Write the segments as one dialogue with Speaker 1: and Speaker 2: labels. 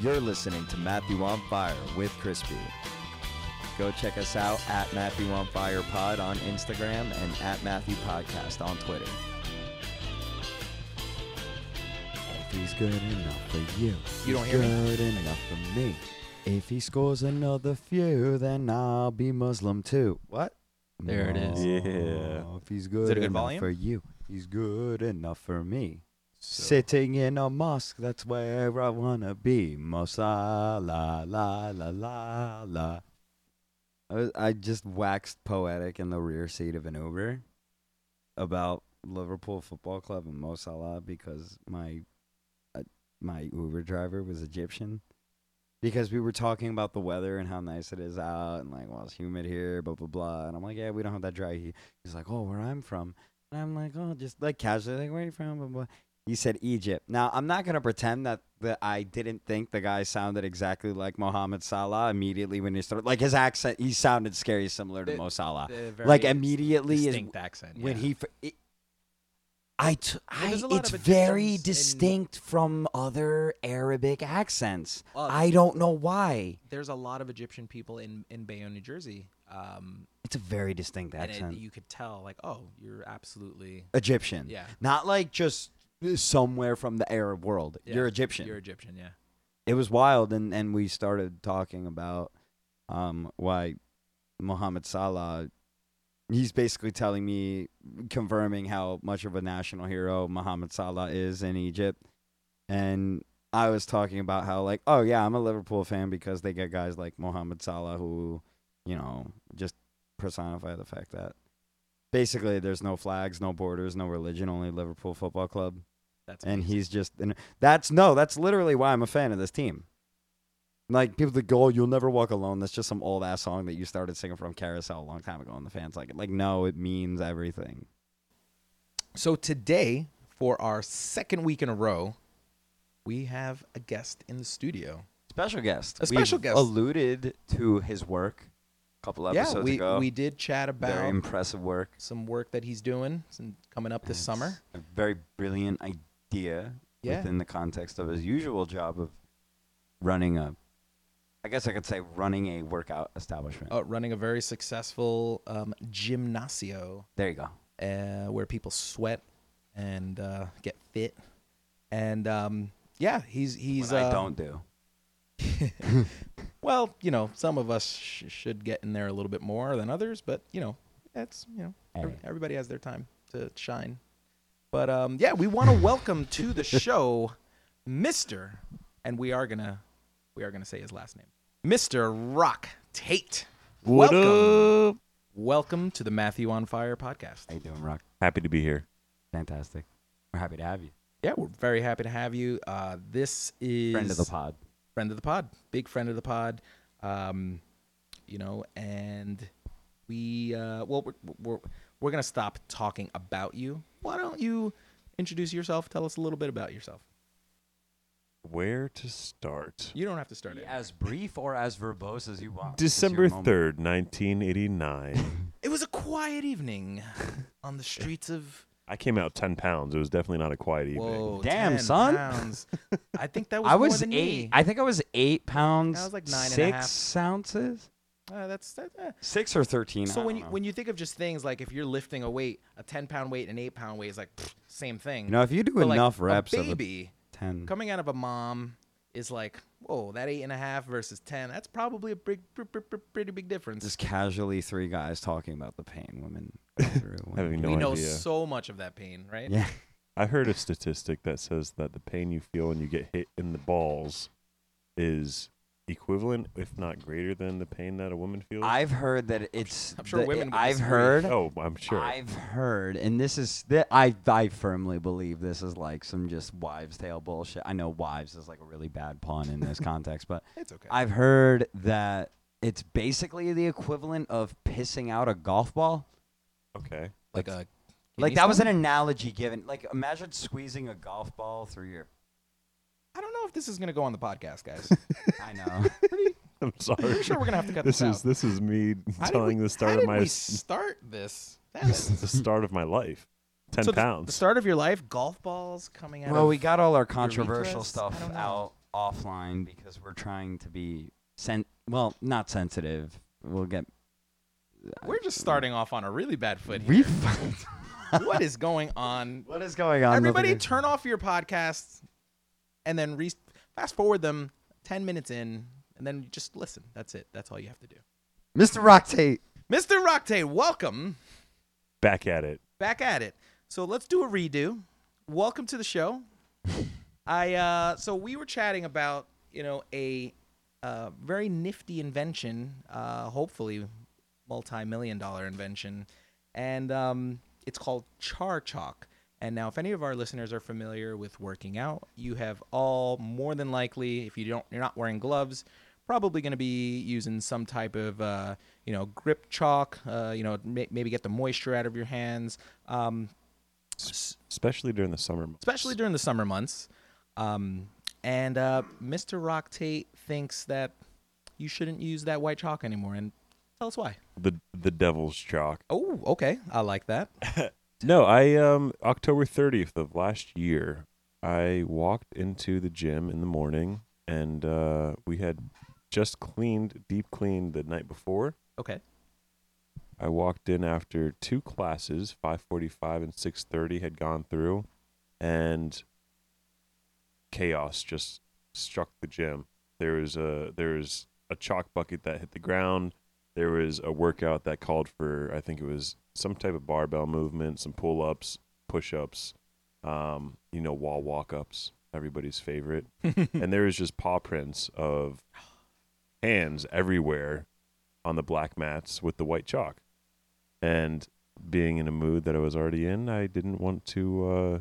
Speaker 1: You're listening to Matthew on Fire with Crispy. Go check us out at Matthew on Fire Pod on Instagram and at Matthew Podcast on Twitter.
Speaker 2: If he's good enough for you,
Speaker 1: You don't
Speaker 2: he's
Speaker 1: hear me?
Speaker 2: good enough for me.
Speaker 1: If he scores another few, then I'll be Muslim too. What?
Speaker 3: There it is.
Speaker 2: Yeah.
Speaker 1: Oh, If he's good,
Speaker 3: it a good
Speaker 1: enough
Speaker 3: volume?
Speaker 1: for you, he's good enough for me. Sitting in a mosque, that's where I wanna be. Mosa la la la la la. I, was, I just waxed poetic in the rear seat of an Uber about Liverpool Football Club and Mo Salah because my uh, my Uber driver was Egyptian. Because we were talking about the weather and how nice it is out, and like, well, it's humid here, blah blah blah. And I'm like, yeah, we don't have that dry heat. He's like, oh, where I'm from, and I'm like, oh, just like casually, like, where are you from, blah blah. He said Egypt. Now I'm not gonna pretend that that I didn't think the guy sounded exactly like Mohammed Salah immediately when he started. Like his accent, he sounded scary similar to
Speaker 3: The-
Speaker 1: Mo Salah.
Speaker 3: The very
Speaker 1: Like immediately, is,
Speaker 3: distinct accent.
Speaker 1: when
Speaker 3: yeah.
Speaker 1: he fir- it, I, t- I
Speaker 3: there's a lot
Speaker 1: it's
Speaker 3: of Egyptians
Speaker 1: very
Speaker 3: in-
Speaker 1: distinct from other Arabic accents.
Speaker 3: Uh,
Speaker 1: I don't know why.
Speaker 3: there's a lot of Egyptian people in in Bayonne, New Jersey, um,
Speaker 1: It's a very distinct
Speaker 3: and it,
Speaker 1: accent.
Speaker 3: you could tell like, oh, you're absolutely
Speaker 1: Egyptian.
Speaker 3: yeah.
Speaker 1: Not like just somewhere from the Arab world.
Speaker 3: yeah,
Speaker 1: You're Egyptian.
Speaker 3: You're Egyptian, yeah.
Speaker 1: it was wild and and we started talking about um why Mohamed Salah he's basically telling me confirming how much of a national hero Mohamed Salah is in Egypt and I was talking about how like oh yeah I'm a Liverpool fan because they get guys like Mohamed Salah who you know just personify the fact that basically there's no flags no borders no religion only Liverpool Football Club
Speaker 3: That's
Speaker 1: and
Speaker 3: amazing.
Speaker 1: he's just and that's no that's literally why i'm a fan of this team like people that go oh, you'll never walk alone that's just some old ass song that you started singing from carousel a long time ago and the fans like it like no it means everything
Speaker 3: so today for our second week in a row, we have a guest in the studio.
Speaker 1: special guest
Speaker 3: A special
Speaker 1: We've
Speaker 3: guest.
Speaker 1: alluded to his work a couple episodes
Speaker 3: yeah, we
Speaker 1: ago
Speaker 3: we did chat
Speaker 1: very
Speaker 3: about
Speaker 1: impressive work
Speaker 3: some work that he's doing some, coming up this
Speaker 1: It's
Speaker 3: summer.
Speaker 1: a very brilliant idea
Speaker 3: Yeah.
Speaker 1: within the context of his usual job of running a i guess i could say running a workout establishment
Speaker 3: Uh, running a very successful um, gymnasio
Speaker 1: there you go
Speaker 3: uh, where people sweat and uh, get fit. And um, yeah, he's he's.
Speaker 1: what
Speaker 3: uh,
Speaker 1: i don't do
Speaker 3: Well, you know, some of us sh- should get in there a little bit more than others, but you know, that's you know, ev-
Speaker 1: Hey.
Speaker 3: everybody has their time to shine. But um, yeah, we want to welcome to the show, Mister, and we are gonna we are gonna say his last name, Mister Rock Tate.
Speaker 4: What
Speaker 3: welcome,
Speaker 4: up?
Speaker 3: welcome to the Matthew on Fire podcast.
Speaker 1: how you doing rock
Speaker 4: Happy to be here.
Speaker 1: Fantastic. We're happy to have you.
Speaker 3: Yeah, we're very happy to have you. Uh, this is
Speaker 1: Friend of the pod.
Speaker 3: friend of the pod, big friend of the pod. Um, you know, and we uh, well, we're, we're we're gonna stop talking about you. Why don't you introduce yourself? Tell us a little bit about yourself.
Speaker 4: Where to start?
Speaker 3: You don't have to start it.
Speaker 1: As brief or as verbose as you want.
Speaker 4: December 3rd, 1989.
Speaker 3: It was a quiet evening on the streets of.
Speaker 4: I came out 10 pounds. It was definitely not a quiet evening.
Speaker 3: Whoa,
Speaker 1: Damn,
Speaker 3: 10
Speaker 1: son.
Speaker 3: pounds. I think that was.
Speaker 1: I
Speaker 3: more
Speaker 1: was eight.
Speaker 3: than me.
Speaker 1: I think I was eight pounds.
Speaker 3: I was like nine and a
Speaker 1: six
Speaker 3: half.
Speaker 1: ounces.
Speaker 3: Uh, that's that, eh.
Speaker 1: Six or thirteen.
Speaker 3: So when you, when you think of just things like if you're lifting a weight, a 10 pound weight and an 8 pound weight is like pfft, same thing.
Speaker 1: you know if you do
Speaker 3: But, like,
Speaker 1: enough
Speaker 3: a
Speaker 1: reps of a
Speaker 3: baby
Speaker 1: ten,
Speaker 3: coming out of a mom is like, whoa, that eight and a half versus 10, that's probably a big, pr- pr- pr- pretty big difference.
Speaker 1: just casually three guys talking about the pain women go through. when-
Speaker 4: Having no
Speaker 3: we know
Speaker 4: idea.
Speaker 3: so much of that pain, right?
Speaker 1: yeah,
Speaker 4: I heard a statistic that says that the pain you feel when you get hit in the balls is equivalent, if not greater than the pain that a woman feels.
Speaker 1: I've heard that it's.
Speaker 3: I'm sure
Speaker 1: the-
Speaker 3: women would
Speaker 1: I've
Speaker 3: disagree.
Speaker 1: heard.
Speaker 4: oh, I'm sure.
Speaker 1: I've heard, and this is that I I firmly believe this is like some just wives' tale bullshit. I know wives is like a really bad pun in this context, but
Speaker 3: It's okay.
Speaker 1: I've heard that it's basically the equivalent of pissing out a golf ball.
Speaker 4: okay.
Speaker 3: like uh, a
Speaker 1: Like that was an analogy given. Like imagine squeezing a golf ball through your.
Speaker 3: I don't know if this is gonna go on the podcast, guys.
Speaker 1: I know.
Speaker 4: I'm
Speaker 3: I'm
Speaker 4: sorry.
Speaker 3: sure we're gonna have to cut this,
Speaker 4: This is
Speaker 3: out.
Speaker 4: this is me
Speaker 3: How did
Speaker 4: telling
Speaker 3: we- how
Speaker 4: the start of
Speaker 3: did
Speaker 4: my
Speaker 3: we
Speaker 4: s-
Speaker 3: start this. That
Speaker 4: the
Speaker 3: is-
Speaker 4: start of my life. 10
Speaker 3: so the- The,
Speaker 4: pounds.
Speaker 3: start of your life, golf balls coming out.
Speaker 1: well,
Speaker 3: of,
Speaker 1: we got all our
Speaker 3: urethras?
Speaker 1: controversial
Speaker 3: I
Speaker 1: stuff
Speaker 3: don't know.
Speaker 1: out offline because we're trying to be sen- well, not sensitive. We'll get
Speaker 3: We're just starting off on a really bad foot here.
Speaker 1: we.
Speaker 3: what is going on?
Speaker 1: what is going on?
Speaker 3: Everybody,
Speaker 1: listeners?
Speaker 3: turn off your podcasts, and then re- fast forward them ten minutes in, and then just listen. That's it. That's all you have to do.
Speaker 1: Mr. Rocktate.
Speaker 3: Mr. Rockte, welcome
Speaker 4: Back at it.
Speaker 3: back at it. So let's do a redo. Welcome to the show. I uh, so we were chatting about you know a uh, very nifty invention, uh, hopefully multi-million dollar invention, and um, it's called char chalk. And now, if any of our listeners are familiar with working out, you have all more than likely, if you don't, you're not wearing gloves, probably going to be using some type of uh, you know grip chalk. Uh, you know, may- maybe get the moisture out of your hands. Um,
Speaker 4: Especially during the summer months.
Speaker 3: especially during the summer months. Um, and uh, Mr. Rock Tate thinks that you shouldn't use that white chalk anymore. And tell us why.
Speaker 4: the the devil's chalk.
Speaker 3: Oh, okay. I like that.
Speaker 4: No, I um October 30th of last year, I walked into the gym in the morning and uh we had just cleaned, deep cleaned the night before.
Speaker 3: Okay.
Speaker 4: I walked in after two classes, 5:45 and 6:30 had gone through and chaos just struck the gym. There was a there was a chalk bucket that hit the ground. There was a workout that called for I think it was some type of barbell movement, some pull-ups, push-ups, um, you know, wall walk-ups, everybody's favorite. and there was just paw prints of hands everywhere on the black mats with the white chalk. And being in a mood that I was already in, I didn't want to uh,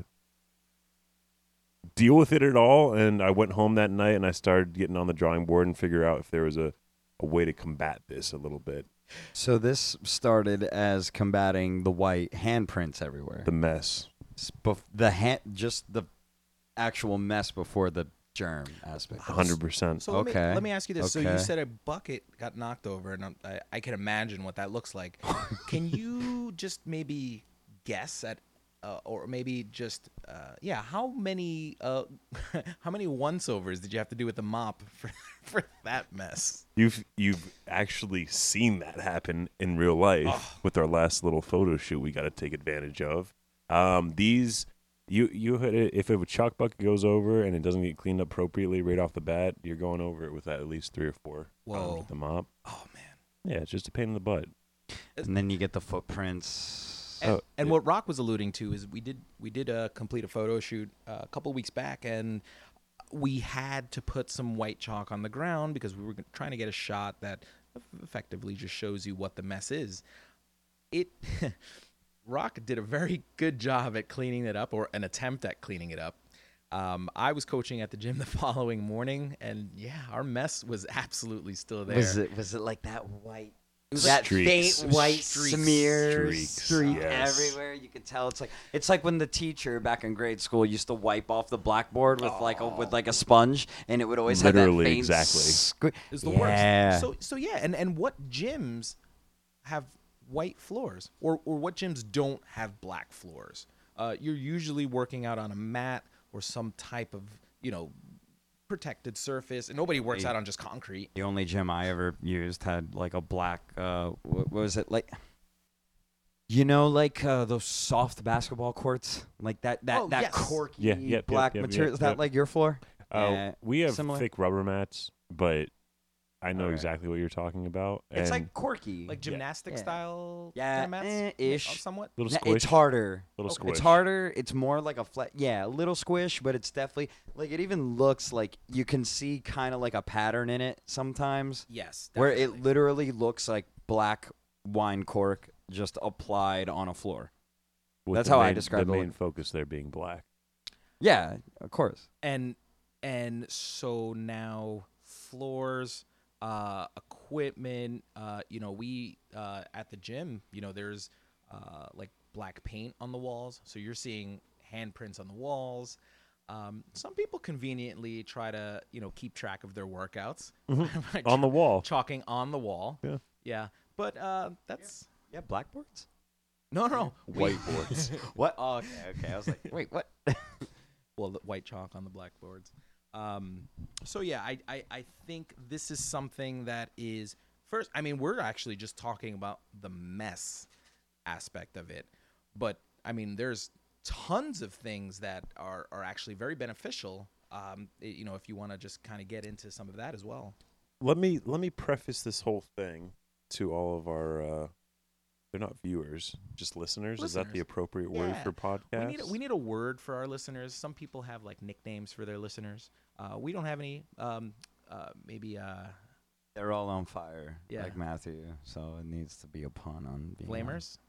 Speaker 4: deal with it at all. And I went home that night and I started getting on the drawing board and figure out if there was a, a way to combat this a little bit.
Speaker 1: So this started as combating the white handprints everywhere.
Speaker 4: The mess.
Speaker 1: S- bef- the hand, just the actual mess before the germ aspect. of it.
Speaker 4: 100%.
Speaker 3: So let,
Speaker 1: Okay.
Speaker 3: me, let me ask you this. So you
Speaker 1: Okay.
Speaker 3: said a bucket got knocked over, and I'm- I, I can imagine what that looks like. can you just maybe guess at, uh, or maybe just, uh, yeah, how many, uh, how many once overs did you have to do with the mop for, for that mess?
Speaker 4: You've you've actually seen that happen in real life with our last little photo shoot. We got to take advantage of um, these. You you hit it, if a chalk bucket goes over and it doesn't get cleaned up appropriately right off the bat, you're going over it with at least three or four. pounds
Speaker 3: Whoa.
Speaker 4: With the mop.
Speaker 3: Oh man.
Speaker 4: Yeah, it's just a pain in the butt.
Speaker 1: And then you get the footprints.
Speaker 3: And,
Speaker 4: Oh,
Speaker 3: and
Speaker 4: yeah.
Speaker 3: what Rock was alluding to is we did we did uh, complete a photo shoot uh, a couple weeks back, and we had to put some white chalk on the ground because we were g- trying to get a shot that effectively just shows you what the mess is. It Rock did a very good job at cleaning it up, or an attempt at cleaning it up. Um, I was coaching at the gym the following morning, and yeah, our mess was absolutely still there.
Speaker 1: Was it was it like that white?
Speaker 4: was
Speaker 1: that
Speaker 4: streaks.
Speaker 1: faint white
Speaker 3: Streaks.
Speaker 1: smear
Speaker 4: Streaks,
Speaker 1: streak
Speaker 4: yes.
Speaker 1: everywhere. You could tell it's like it's like when the teacher back in grade school used to wipe off the blackboard with like a with like a sponge, and it would always have that
Speaker 4: Literally,
Speaker 1: faint
Speaker 4: exactly.
Speaker 1: sque-
Speaker 3: is the
Speaker 1: yeah.
Speaker 3: worst. So so yeah, and and what gyms have white floors, or or what gyms don't have black floors? Uh, you're usually working out on a mat or some type of you know protected surface, and nobody works out on just concrete.
Speaker 1: The only gym I ever used had like a black. Uh, wh- what was it like? You know, like uh, those soft basketball courts, like that that
Speaker 3: Oh,
Speaker 1: that
Speaker 3: yes.
Speaker 1: corky
Speaker 4: Yeah, yep, yep,
Speaker 1: black
Speaker 4: yep, yep,
Speaker 1: material. Is that
Speaker 4: yep.
Speaker 1: like your floor?
Speaker 4: Oh,
Speaker 1: Yeah,
Speaker 4: we have
Speaker 1: similar.
Speaker 4: thick rubber mats, but I know
Speaker 1: Alright.
Speaker 4: exactly what you're talking about.
Speaker 1: it's
Speaker 4: and
Speaker 1: like corky,
Speaker 3: Like gymnastic
Speaker 1: Yeah.
Speaker 3: style
Speaker 1: Yeah,
Speaker 3: kind of mats,
Speaker 1: eh, ish.
Speaker 3: uh, somewhat.
Speaker 4: little
Speaker 1: N-
Speaker 4: squish.
Speaker 1: It's harder.
Speaker 4: Little
Speaker 1: Okay.
Speaker 4: squish.
Speaker 1: It's harder. It's more like a flat. Yeah, a little squish, but it's definitely like it even looks like you can see kind of like a pattern in it sometimes,
Speaker 3: Yes,
Speaker 1: where
Speaker 3: definitely.
Speaker 1: it literally looks like black wine cork just applied on a floor.
Speaker 4: with
Speaker 1: that's
Speaker 4: the
Speaker 1: how I
Speaker 4: main-
Speaker 1: describe
Speaker 4: the
Speaker 1: the look.
Speaker 4: main focus there being black.
Speaker 1: Yeah, of course.
Speaker 3: and and so now floors uh equipment uh you know we uh at the gym you know there's uh like black paint on the walls so you're seeing handprints on the walls um some people conveniently try to you know keep track of their workouts by
Speaker 4: Mm-hmm. On the wall.
Speaker 3: chalking on the wall
Speaker 4: Yeah.
Speaker 3: yeah but uh that's
Speaker 1: Yeah, blackboards.
Speaker 3: no no we-
Speaker 4: Whiteboards.
Speaker 1: What? Oh, okay, okay. I was like, wait, what?
Speaker 3: well the white chalk on the blackboards Um, so yeah, I, I I think this is something that is first. I mean, we're actually just talking about the mess aspect of it, but I mean, there's tons of things that are are actually very beneficial. Um, i- you know, if you want to just kind of get into some of that as well.
Speaker 4: let me let me preface this whole thing to all of our uh they're not viewers just listeners, is that the
Speaker 3: Listeners.
Speaker 4: appropriate word
Speaker 3: Yeah.
Speaker 4: for podcast
Speaker 3: We need we need a word for our listeners. Some people have like nicknames for their listeners. Uh, we don't have any. Um, uh, maybe uh,
Speaker 1: They're all on fire,
Speaker 3: Yeah.
Speaker 1: like Matthew. So it needs to be a pun on being on.
Speaker 3: flamers.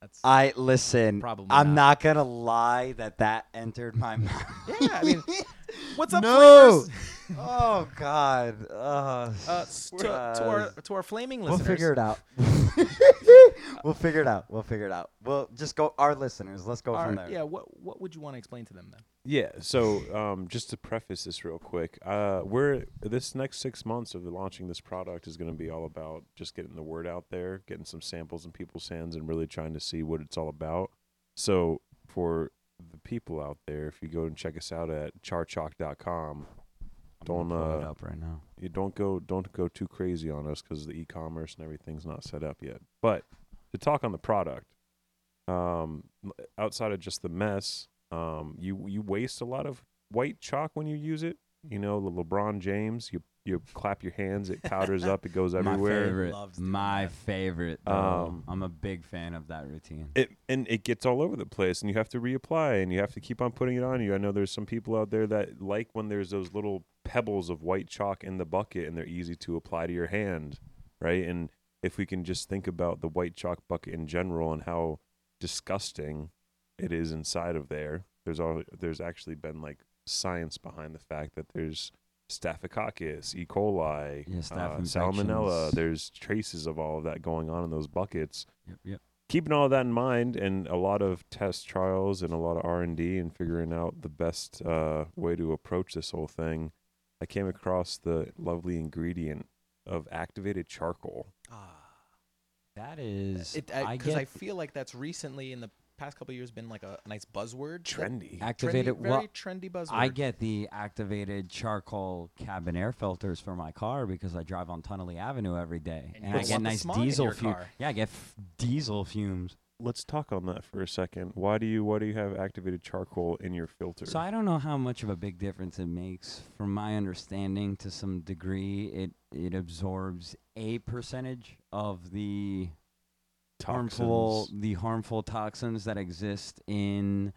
Speaker 3: That's
Speaker 1: I listen.
Speaker 3: Probably
Speaker 1: I'm
Speaker 3: not.
Speaker 1: not gonna lie that that entered my mind.
Speaker 3: yeah. I mean, what's up,
Speaker 1: No!
Speaker 3: flamers?
Speaker 1: oh God. Uh,
Speaker 3: Uh, s- to, to our to our flaming
Speaker 1: we'll
Speaker 3: listeners.
Speaker 1: figure it out. we'll figure it out. We'll figure it out. We'll just go. Our listeners. Let's go
Speaker 3: Our-
Speaker 1: from there.
Speaker 3: Yeah. What what would you want to explain to them then?
Speaker 4: yeah so um just to preface this real quick uh we're this next six months of launching this product is going to be all about just getting the word out there getting some samples in people's hands and really trying to see what it's all about so for the people out there if you go and check us out at
Speaker 1: I'm
Speaker 4: charchalk.com
Speaker 1: gonna
Speaker 4: Don't,
Speaker 1: pull it
Speaker 4: uh,
Speaker 1: up right now.
Speaker 4: you don't go don't go too crazy on us because the e-commerce and everything's not set up yet. But to talk on the product, um, outside of just the mess, um, you you waste a lot of white chalk when you use it. You know, Le- LeBron James, you you clap your hands, it powders up, it goes
Speaker 1: My
Speaker 4: everywhere.
Speaker 1: favorite.
Speaker 3: Loves doing
Speaker 1: my
Speaker 3: that.
Speaker 1: favorite. though.
Speaker 4: Um,
Speaker 1: I'm a big fan of that routine.
Speaker 4: It and it gets all over the place, and you have to reapply, and you have to keep on putting it on you. I know there's some people out there that like when there's those little pebbles of white chalk in the bucket, and they're easy to apply to your hand, right? And if we can just think about the white chalk bucket in general and how disgusting it is inside of there, there's all there's actually been like science behind the fact that there's Staphylococcus, E. coli,
Speaker 1: Yeah, staph
Speaker 4: uh, Salmonella.
Speaker 1: infections.
Speaker 4: There's traces of all of that going on in those buckets
Speaker 1: Yep, yep.
Speaker 4: keeping all that in mind and a lot of test trials and a lot of r&d and figuring out the best uh, way to approach this whole thing i came across the lovely ingredient of activated charcoal
Speaker 1: That is.
Speaker 3: It
Speaker 1: I,
Speaker 3: because
Speaker 1: get
Speaker 3: I, feel like that's recently in the past couple of years been like a nice buzzword. that-
Speaker 4: trendy
Speaker 1: activated.
Speaker 3: Trendy,
Speaker 1: well,
Speaker 3: very trendy buzzword.
Speaker 1: I get the activated charcoal cabin air filters for my car because I drive on Tunnelly Avenue every day, and,
Speaker 3: And you
Speaker 1: I
Speaker 3: don't
Speaker 1: get
Speaker 3: want the
Speaker 1: nice
Speaker 3: smog in
Speaker 1: diesel
Speaker 3: your
Speaker 1: fumes.
Speaker 3: car.
Speaker 1: Yeah, I get f- diesel fumes.
Speaker 4: let's talk on that for a second why do you why do you have activated charcoal in your filter
Speaker 1: So I don't know how much of a big difference it makes. From my understanding, to some degree, it it absorbs a percentage of the harmful
Speaker 4: Toxins.
Speaker 1: the harmful toxins that exist in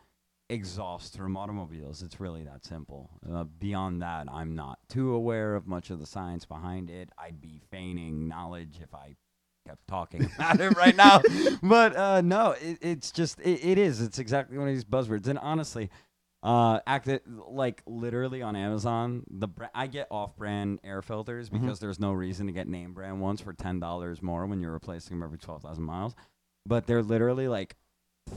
Speaker 1: exhaust from automobiles. It's really that simple. Uh, beyond that, I'm not too aware of much of the science behind it. I'd be feigning knowledge if I kept talking about it right now. But uh, no, it, it's just it, it is. It's exactly one of these buzzwords. And honestly, uh, acted like literally on Amazon. The bra- I get off-brand air filters because there's no reason to get name brand ones for ten dollars more when you're replacing them every twelve thousand miles. But they're literally like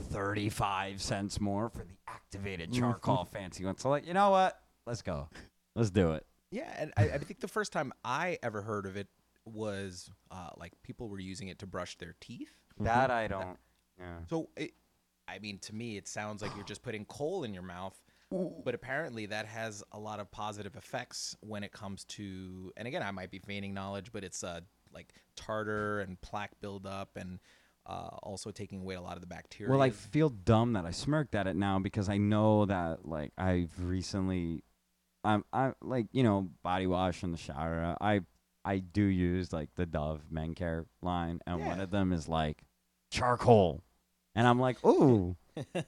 Speaker 1: thirty-five cents more for the activated charcoal fancy one. So like, you know what? Let's go. Let's do it.
Speaker 3: Yeah, and I, I think the first time I ever heard of it was uh, like people were using it to brush their teeth.
Speaker 1: That I don't. Yeah.
Speaker 3: So, it, I mean, to me, it sounds like you're just putting coal in your mouth. But apparently, that has a lot of positive effects when it comes to, and again, I might be feigning knowledge, but it's uh, like tartar and plaque buildup, and uh, also taking away a lot of the bacteria.
Speaker 1: Well, I feel dumb that I smirked at it now because I know that like I've recently, I'm I like you know body wash in the shower. I I do use like the Dove Men Care line, and one
Speaker 3: Yeah.
Speaker 1: of them is like charcoal, and I'm like, ooh,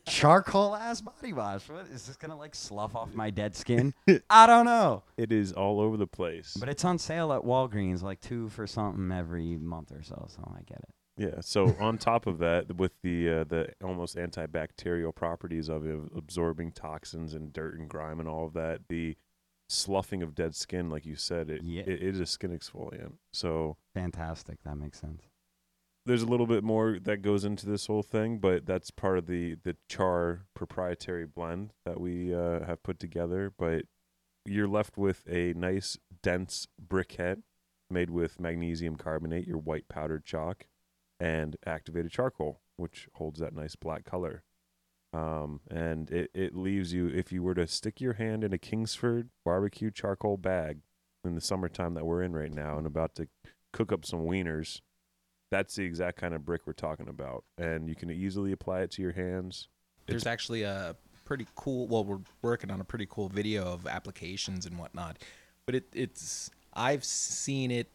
Speaker 1: charcoal ass body wash. What is this gonna like slough off my dead skin? I don't know,
Speaker 4: it is all over the place
Speaker 1: but it's on sale at Walgreens, like two for something every month or so. So I get it.
Speaker 4: Yeah. So on top of that, with the uh, the almost antibacterial properties of it, absorbing toxins and dirt and grime and all of that, the sloughing of dead skin, like you said, it,
Speaker 1: Yeah.
Speaker 4: it, it is a skin exfoliant. So
Speaker 1: Fantastic. That makes sense.
Speaker 4: there's a little bit more that goes into this whole thing, but that's part of the the char proprietary blend that we uh, have put together. But you're left with a nice dense briquette made with magnesium carbonate, your white powdered chalk, and activated charcoal, which holds that nice black color. Um, and it, it leaves you, if you were to stick your hand in a Kingsford barbecue charcoal bag in the summertime that we're in right now and about to cook up some wieners, that's the exact kind of brick we're talking about. And you can easily apply it to your hands.
Speaker 3: There's actually a pretty cool. Well, we're working on a pretty cool video of applications and whatnot, but it, it's I've seen it.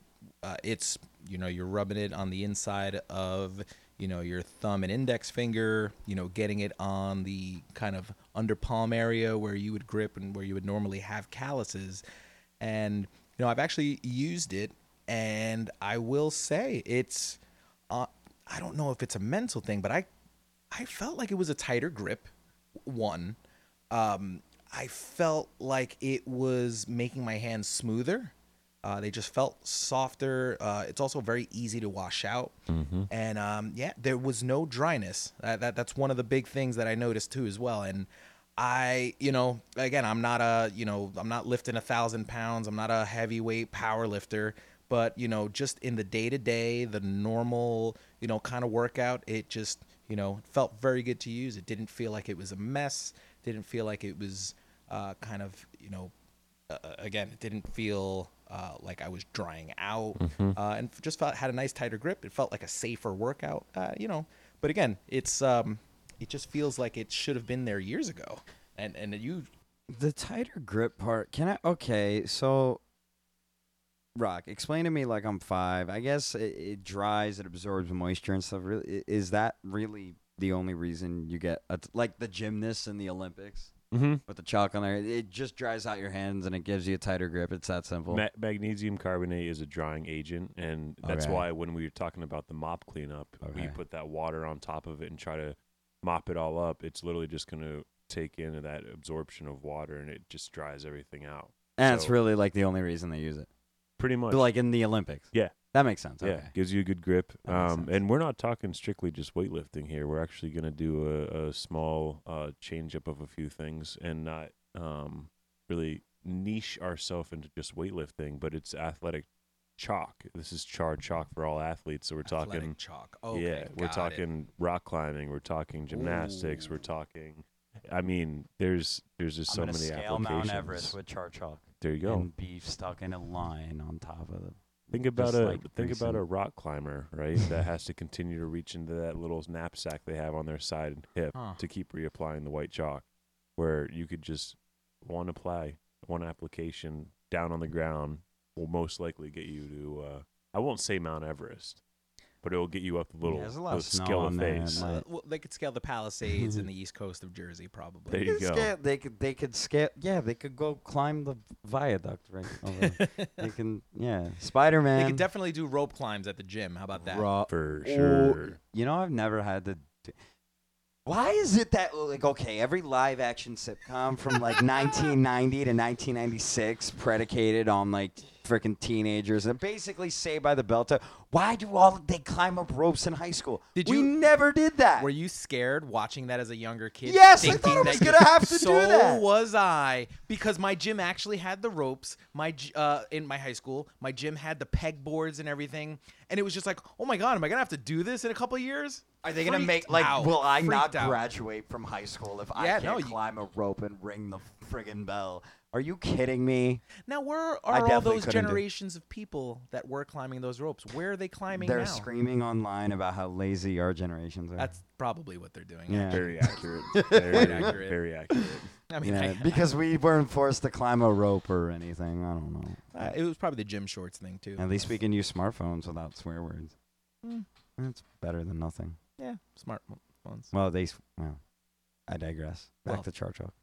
Speaker 3: Uh, it's you know you're rubbing it on the inside of you know your thumb and index finger. You know getting it on the kind of under palm area where you would grip and where you would normally have calluses, and you know I've actually used it, and I will say it's. Uh, I don't know if it's a mental thing, but I I felt like it was a tighter grip. One, um, I felt like it was making my hands smoother. Uh, they just felt softer. Uh, it's also very easy to wash out, and um, yeah, there was no dryness. That, that that's one of the big things that I noticed too as well. And I, you know, again, I'm not a, you know, I'm not lifting a thousand pounds. I'm not a heavyweight power lifter, but you know, just in the day to day, the normal, you know, kind of workout, it just you know felt very good to use it didn't feel like it was a mess didn't feel like it was uh, kind of you know uh, again it didn't feel uh, like i was drying out
Speaker 4: Mm-hmm.
Speaker 3: uh, and just felt had a nice tighter grip it felt like a safer workout uh, you know but again it's um, it just feels like it should have been there years ago and and you
Speaker 1: The tighter grip part, can I? Okay, so. Rock, explain to me like I'm five. I guess it, it dries, it absorbs moisture and stuff. Really, i- is that really the only reason you get a t- like the gymnasts in the Olympics
Speaker 4: Mm-hmm.
Speaker 1: with the chalk on there? It just dries out your hands and it gives you a tighter grip. It's that simple.
Speaker 4: Ma- magnesium carbonate is a drying agent, and that's
Speaker 1: Okay.
Speaker 4: why when we were talking about the mop cleanup, we
Speaker 1: Okay.
Speaker 4: put that water on top of it and try to mop it all up. It's literally just going to take in that absorption of water, and it just dries everything out.
Speaker 1: and it's
Speaker 4: so-
Speaker 1: really like the only reason they use it.
Speaker 4: Pretty much,
Speaker 1: But, like in the Olympics.
Speaker 4: Yeah.
Speaker 1: That makes sense.
Speaker 4: yeah,
Speaker 1: Okay.
Speaker 4: gives you a good grip.
Speaker 1: That makes
Speaker 4: Um,
Speaker 1: sense.
Speaker 4: and we're not talking strictly just weightlifting here. We're actually going to do a, a small uh, change up of a few things and not um, really niche ourselves into just weightlifting, but it's athletic chalk. This is char chalk for all athletes. So we're talking
Speaker 3: athletic chalk okay,
Speaker 4: yeah, we're
Speaker 3: got it.
Speaker 4: talking rock climbing. We're talking gymnastics. We're
Speaker 3: Ooh.
Speaker 4: talking. I mean, there's there's just so many applications.
Speaker 1: with char chalk
Speaker 4: there you go.
Speaker 1: beef stuck in a line on top of it.
Speaker 4: think about
Speaker 1: just
Speaker 4: a
Speaker 1: like
Speaker 4: think about a
Speaker 1: recent-
Speaker 4: rock climber, right? that has to continue to reach into that little knapsack they have on their side and hip
Speaker 3: Huh.
Speaker 4: to keep reapplying the white chalk. Where you could just one apply, one application down on the ground will most likely get you to. Uh, I won't say Mount Everest, but it'll get you up the little
Speaker 1: there's a lot of
Speaker 4: the
Speaker 1: snow
Speaker 4: scale
Speaker 1: on
Speaker 4: of
Speaker 1: there and
Speaker 4: face.
Speaker 1: that-
Speaker 3: Uh, well, they could scale the Palisades in the east coast of Jersey, probably.
Speaker 4: There you go.
Speaker 1: Scale, they could they could scale yeah, they could go climb the viaduct right over. there. they can yeah. Spider
Speaker 3: They
Speaker 1: Man
Speaker 3: could definitely do rope climbs at the gym. How about that?
Speaker 4: For
Speaker 1: Oh,
Speaker 4: sure.
Speaker 1: You know, I've never had to. d- Why is it that like okay, every live action sitcom from like 1990 to 1996 predicated on like freaking teenagers and basically Saved by the Bell? To, why do all they climb up ropes in high school?
Speaker 3: Did
Speaker 1: we
Speaker 3: you-
Speaker 1: never did that.
Speaker 3: Were you scared watching that as a younger kid?
Speaker 1: Yes, I thought I was
Speaker 3: that you-
Speaker 1: gonna have to do
Speaker 3: so
Speaker 1: that.
Speaker 3: was I because my gym actually had the ropes. My g- uh, in my high school, my gym had the peg boards and everything, and it was just like, oh my god, am I gonna have to do this in a couple of years?
Speaker 1: Are they gonna
Speaker 3: Freaked
Speaker 1: make like?
Speaker 3: out.
Speaker 1: Will I
Speaker 3: Freaked
Speaker 1: not
Speaker 3: out.
Speaker 1: graduate from high school if I
Speaker 3: Yeah,
Speaker 1: can't
Speaker 3: no, you-
Speaker 1: climb a rope and ring the friggin' bell? Are you kidding me?
Speaker 3: Now, where are all
Speaker 1: definitely
Speaker 3: those
Speaker 1: couldn't do-
Speaker 3: generations of people that were climbing those ropes? Where are they climbing
Speaker 1: They're
Speaker 3: now?
Speaker 1: screaming online about how lazy our generations are.
Speaker 3: That's probably what they're doing.
Speaker 1: Yeah.
Speaker 4: Very accurate. Very
Speaker 3: accurate.
Speaker 4: accurate. Very accurate.
Speaker 3: I mean,
Speaker 1: Yeah,
Speaker 3: I-
Speaker 1: uh, because we weren't forced to climb a rope or anything. I don't know.
Speaker 3: uh, it was probably the gym shorts thing too.
Speaker 1: At least we can use smartphones without swear words.
Speaker 3: Mm.
Speaker 1: That's better than nothing.
Speaker 3: yeah, smart ones.
Speaker 1: Well, they. s- Well, I digress. Back
Speaker 3: Well,
Speaker 1: to char chalk.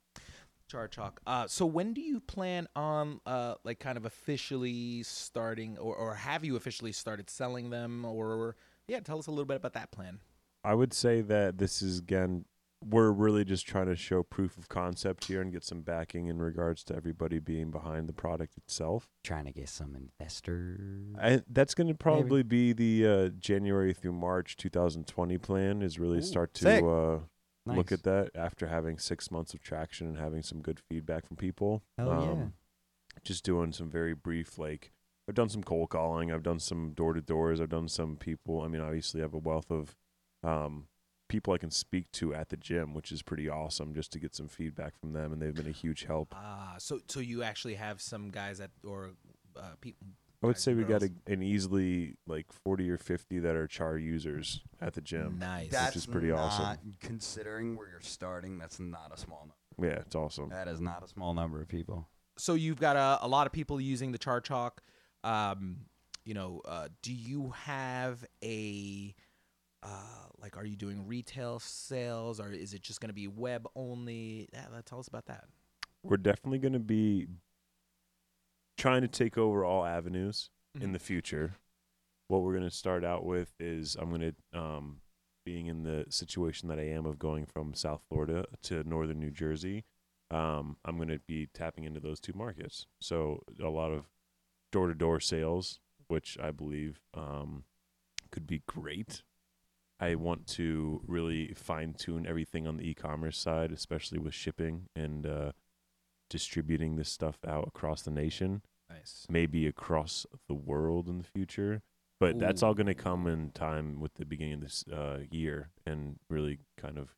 Speaker 3: Char Chalk. Uh, so when do you plan on uh, like kind of officially starting, or, or have you officially started selling them? Or yeah, tell us a little bit about that plan.
Speaker 4: I would say that this is again we're really just trying to show proof of concept here and get some backing in regards to everybody being behind the product itself.
Speaker 1: Trying to get some investors.
Speaker 4: I, that's going to probably be the uh, January through March 2020 plan is really
Speaker 3: Ooh,
Speaker 4: start
Speaker 1: sick.
Speaker 4: to uh,
Speaker 1: Nice.
Speaker 4: look at that after having six months of traction and having some good feedback from people.
Speaker 1: Hell
Speaker 4: Um, Just doing some very brief, like, I've done some cold calling, I've done some door to doors, I've done some people. I mean, obviously, I have a wealth of um, people I can speak to at the gym, which is pretty awesome just to get some feedback from them. And they've been a huge help.
Speaker 3: Ah, so so you actually have some guys that or uh, people.
Speaker 4: I would say we got a, an easily like 40 or 50 that are char users at the gym.
Speaker 3: nice.
Speaker 4: That- is pretty awesome.
Speaker 1: not- Considering where you're starting, that's not a small number.
Speaker 4: Yeah, it's awesome.
Speaker 1: That is not a small number of people.
Speaker 3: so you've got a, a lot of people using the char chalk. Um, you know, uh, do you have a uh, like? Are you doing retail sales, or is it just going to be web only? Yeah, let- tell us about that.
Speaker 4: We're definitely going to be trying to take over all avenues in
Speaker 3: Mhm.
Speaker 4: the future. What we're going to start out with is I'm going to, um, being in the situation that I am of going from South Florida to Northern New Jersey, um, I'm going to be tapping into those two markets. So a lot of door to door sales, which I believe um, could be great. I want to really fine tune everything on the e commerce side, especially with shipping and uh, distributing this stuff out across the nation
Speaker 3: Nice.
Speaker 4: maybe across the world in the future. But that's all going to come in time with the beginning of this uh, year and really kind of.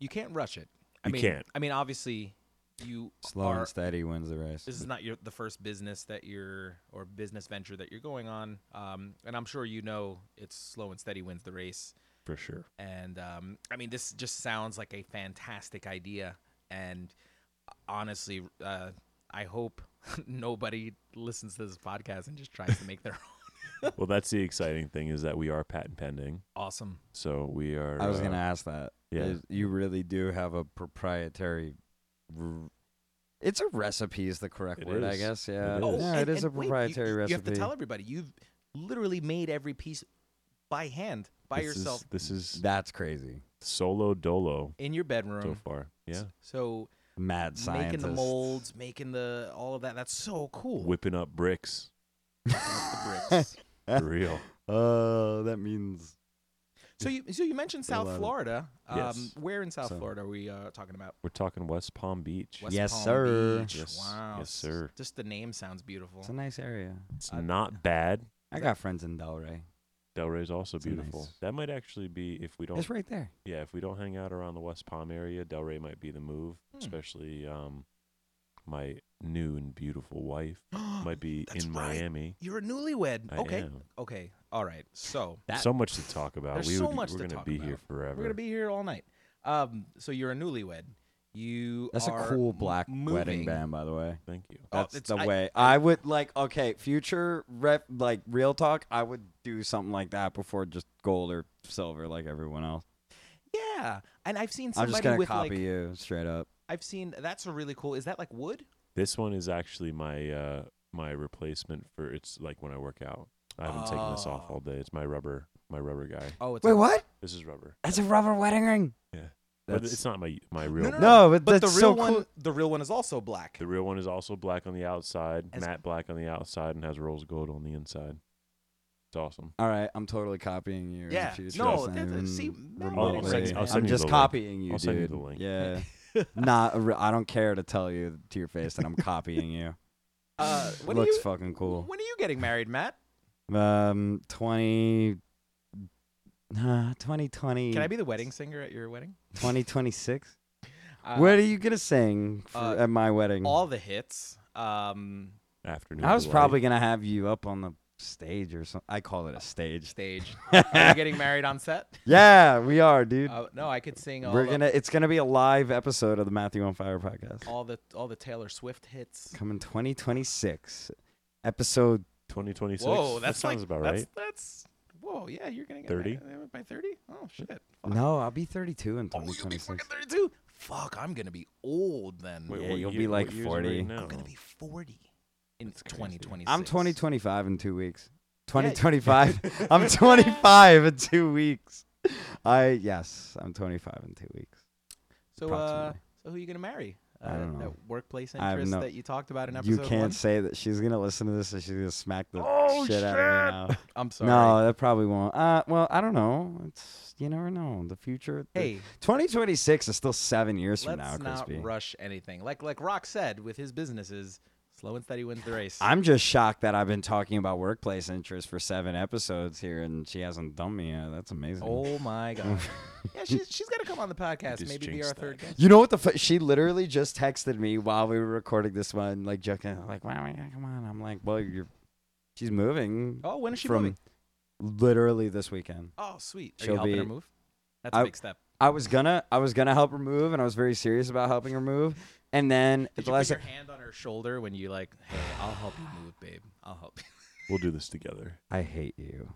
Speaker 3: You can't rush it. I
Speaker 4: You
Speaker 3: mean,
Speaker 4: can't.
Speaker 3: I mean, obviously, you
Speaker 1: Slow
Speaker 3: are.
Speaker 1: and steady wins the race.
Speaker 3: This is not your the first business that you're or business venture that you're going on, um, and I'm sure you know it's slow and steady wins the race.
Speaker 4: For sure.
Speaker 3: And um, I mean, this just sounds like a fantastic idea. And honestly, uh, I hope nobody listens to this podcast and just tries to make their own.
Speaker 4: well, that's the exciting thing is that we are patent pending.
Speaker 3: Awesome.
Speaker 4: So we are.
Speaker 1: I was
Speaker 4: uh,
Speaker 1: gonna ask that.
Speaker 4: yeah.
Speaker 1: Is- you really do have a proprietary. r- It's a recipe is the correct
Speaker 4: It
Speaker 1: word, I
Speaker 4: is.
Speaker 1: guess. Yeah,
Speaker 4: is. Oh,
Speaker 1: yeah,
Speaker 3: and-
Speaker 1: it is
Speaker 3: and
Speaker 1: a
Speaker 3: wait, you-
Speaker 1: proprietary
Speaker 3: you,
Speaker 1: recipe.
Speaker 3: You have to tell everybody you've literally made every piece by hand, by
Speaker 4: this is-
Speaker 3: yourself,
Speaker 4: this is
Speaker 1: That's crazy.
Speaker 4: solo dolo
Speaker 3: in your
Speaker 4: so
Speaker 3: bedroom.
Speaker 4: far. Yeah.
Speaker 3: So
Speaker 1: Mad scientist.
Speaker 3: making the molds, making the all of that. That's so cool.
Speaker 4: Whipping up bricks.
Speaker 3: the bricks.
Speaker 4: For real.
Speaker 1: Uh, that means
Speaker 3: so you so you mentioned
Speaker 1: There's a lot
Speaker 3: South
Speaker 1: of-
Speaker 3: Florida. Um,
Speaker 4: Yes.
Speaker 3: Where in South
Speaker 1: So-
Speaker 3: Florida are we uh, talking about?
Speaker 4: We're talking West Palm Beach.
Speaker 3: West
Speaker 1: Yes,
Speaker 3: Palm
Speaker 1: sir.
Speaker 3: Beach.
Speaker 4: Yes,
Speaker 3: Wow.
Speaker 4: yes, sir.
Speaker 3: Just the name sounds beautiful.
Speaker 1: it's a nice area.
Speaker 4: It's not bad.
Speaker 1: I got friends in Delray.
Speaker 4: Delray's also
Speaker 1: a nice-
Speaker 4: beautiful. That might actually be if we don't
Speaker 1: It's right there.
Speaker 4: Yeah, if we don't hang out around the West Palm area, Delray might be the move.
Speaker 3: Hmm.
Speaker 4: Especially um, my new and beautiful wife might be
Speaker 3: Oh, That's
Speaker 4: in
Speaker 3: right.
Speaker 4: Miami.
Speaker 3: You're a newlywed.
Speaker 4: I
Speaker 3: okay.
Speaker 4: am.
Speaker 3: Okay. All right. So
Speaker 4: so much to talk about.
Speaker 3: There's
Speaker 4: we
Speaker 3: so
Speaker 4: would,
Speaker 3: much
Speaker 4: we're
Speaker 3: to
Speaker 4: gonna
Speaker 3: talk
Speaker 4: be
Speaker 3: about.
Speaker 4: here forever.
Speaker 3: we're gonna be here all night. Um. So you're a newlywed. You.
Speaker 1: That's a
Speaker 3: are
Speaker 1: cool
Speaker 3: m-
Speaker 1: black wedding
Speaker 3: moving.
Speaker 1: band, by the way.
Speaker 4: Thank you.
Speaker 3: Oh,
Speaker 1: That's
Speaker 3: it's-
Speaker 1: the
Speaker 3: I-
Speaker 1: way. I would like okay, future rep like real talk, I would do something like that before just gold or silver like everyone else.
Speaker 3: Yeah. And I've seen
Speaker 1: I'm
Speaker 3: somebody
Speaker 1: just gonna
Speaker 3: with
Speaker 1: copy
Speaker 3: like.
Speaker 1: you straight up.
Speaker 3: I've seen that's a really cool. Is that like wood?
Speaker 4: This one is actually my uh, my replacement for it's like when I work out. I haven't taken this off
Speaker 3: Oh.
Speaker 4: all day. It's my rubber, my rubber guy.
Speaker 3: Oh, it's
Speaker 1: Wait,
Speaker 3: a-
Speaker 1: what?
Speaker 4: This is rubber.
Speaker 1: That's a rubber wedding ring.
Speaker 4: But
Speaker 1: That's-
Speaker 4: it's not my my real.
Speaker 3: no,
Speaker 4: one.
Speaker 1: No, but,
Speaker 3: But the
Speaker 1: that's
Speaker 3: real
Speaker 1: so
Speaker 3: one,
Speaker 1: cool.
Speaker 3: the real one is also black.
Speaker 4: The real one is also black on the outside,
Speaker 3: As-
Speaker 4: matte black on the outside, and has rose gold on the inside. It's awesome.
Speaker 1: All right, I'm totally copying you. in the
Speaker 3: Yeah,
Speaker 1: future.
Speaker 3: no,
Speaker 1: It's
Speaker 3: that-
Speaker 1: not
Speaker 3: that-
Speaker 1: even
Speaker 3: see, man,
Speaker 4: I'll
Speaker 1: remotely-
Speaker 4: send you- I'll
Speaker 1: I'm
Speaker 4: send you
Speaker 1: just
Speaker 4: the link.
Speaker 1: copying you,
Speaker 4: I'll
Speaker 1: dude.
Speaker 4: send you the link.
Speaker 1: Yeah, not. a re- I don't care to tell you to your face that I'm copying you.
Speaker 3: Uh, when are
Speaker 1: Looks
Speaker 3: you,
Speaker 1: fucking cool.
Speaker 3: When are you getting married, Matt?
Speaker 1: Um, 20, nah, 2020,
Speaker 3: Can I be the wedding singer at your wedding?
Speaker 1: 2026.
Speaker 3: Uh,
Speaker 1: what are you gonna sing for,
Speaker 3: uh,
Speaker 1: at my wedding?
Speaker 3: all the hits. Um,
Speaker 4: Afternoon.
Speaker 1: I was
Speaker 4: delight.
Speaker 1: probably gonna have you up on the stage or something. I call it a stage.
Speaker 3: stage. Are you getting married on set?
Speaker 1: Yeah, we are, dude.
Speaker 3: Uh, no, I could sing all
Speaker 1: We're
Speaker 3: the,
Speaker 1: gonna. It's gonna be a live episode of the Matthew on Fire podcast.
Speaker 3: all the all the Taylor Swift hits.
Speaker 1: Coming 2026, episode.
Speaker 4: 2026.
Speaker 3: Whoa, that's
Speaker 4: that sounds
Speaker 3: like,
Speaker 4: about
Speaker 3: that's,
Speaker 4: right.
Speaker 3: That's whoa, yeah, you're gonna get
Speaker 4: 30?
Speaker 3: married by thirty. Oh shit. Fuck.
Speaker 1: No, I'll be 32 in
Speaker 3: Oh, you'll be
Speaker 1: 2026.
Speaker 3: fucking thirty-two. Fuck, I'm gonna be old then.
Speaker 1: Wait, Yeah, what you'll year- be like what year is it right 40.
Speaker 3: I'm gonna be forty in twenty twenty.
Speaker 1: I'm 2025 in two weeks. 2025. I'm 25 in two weeks. I yes, I'm 25 in two weeks.
Speaker 3: So, uh,
Speaker 1: approximately.
Speaker 3: so who are you gonna marry? Uh,
Speaker 1: I don't know.
Speaker 3: That workplace
Speaker 1: I have
Speaker 3: interest
Speaker 1: no-
Speaker 3: that you talked about in
Speaker 1: you
Speaker 3: episode
Speaker 1: can't
Speaker 3: one.
Speaker 1: say that she's gonna listen to this and she's gonna smack the
Speaker 4: Oh,
Speaker 1: shit, out of me
Speaker 3: I'm sorry.
Speaker 1: now. No, that probably won't. Uh, well, I don't know. It's you never know. The future. the-
Speaker 3: Hey,
Speaker 1: 2026 is still seven years
Speaker 3: let's
Speaker 1: from now,
Speaker 3: not
Speaker 1: Crispy.
Speaker 3: rush anything. Like like Rock said with his businesses, Slow and steady wins the race.
Speaker 1: I'm just shocked that I've been talking about workplace interest for seven episodes here, and she hasn't done me yet. That's amazing.
Speaker 3: oh my god. yeah, she's she's got to come on the podcast.
Speaker 4: just
Speaker 3: Maybe be
Speaker 4: jinxed
Speaker 3: our
Speaker 4: that.
Speaker 3: third guest.
Speaker 1: You know what the fu- she literally just texted me while we were recording this one, like joking, like, "Why we come on?" I'm like, "Well, you're." She's moving
Speaker 3: Oh, when is she
Speaker 1: from
Speaker 3: moving?
Speaker 1: literally this weekend.
Speaker 3: Oh, sweet. Are you
Speaker 1: she'll
Speaker 3: helping her
Speaker 1: be-
Speaker 3: move? That's a
Speaker 1: I-
Speaker 3: big step.
Speaker 1: I was gonna, I was gonna help her move, and I was very serious about helping her move. And then at
Speaker 3: Did
Speaker 1: the
Speaker 3: you put
Speaker 1: last, e-,
Speaker 3: your hand on her shoulder when you like, hey, I'll help you move, babe. I'll help you.
Speaker 4: We'll do this together.
Speaker 1: I hate you.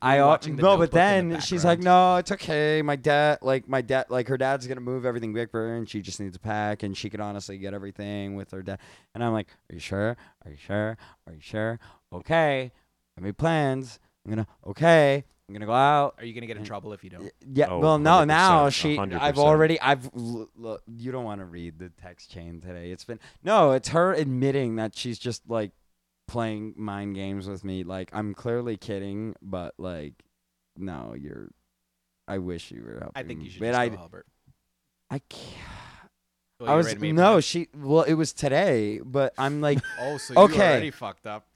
Speaker 1: I al-
Speaker 3: watching the
Speaker 1: no,
Speaker 3: Notebook
Speaker 1: but
Speaker 3: in the
Speaker 1: then she's like, no, it's okay. My dad, like my dad, like her dad's gonna move everything big for her, and she just needs to pack, and she could honestly get everything with her dad. And I'm like, are you sure? Are you sure? Are you sure? Okay, I made plans. I'm gonna okay. I'm gonna go out.
Speaker 3: Are you gonna get in trouble if you don't?
Speaker 1: Yeah.
Speaker 4: Oh,
Speaker 1: well, no,
Speaker 4: 100%,
Speaker 1: now she. I've
Speaker 4: 100%.
Speaker 1: already. I've. L- l- you don't want to read the text chain today. It's been no. It's her admitting that she's just like playing mind games with me. Like I'm clearly kidding, but like, no, you're. I wish you were helping.
Speaker 3: I think
Speaker 1: me,
Speaker 3: you should
Speaker 1: But
Speaker 3: just
Speaker 1: I.
Speaker 3: go help her.
Speaker 1: I can't.
Speaker 3: Oh,
Speaker 1: I
Speaker 3: you
Speaker 1: was
Speaker 3: already made
Speaker 1: no.
Speaker 3: plans?
Speaker 1: She. Well, it was today, but I'm like.
Speaker 3: Oh, so you
Speaker 1: Okay.
Speaker 3: already fucked up.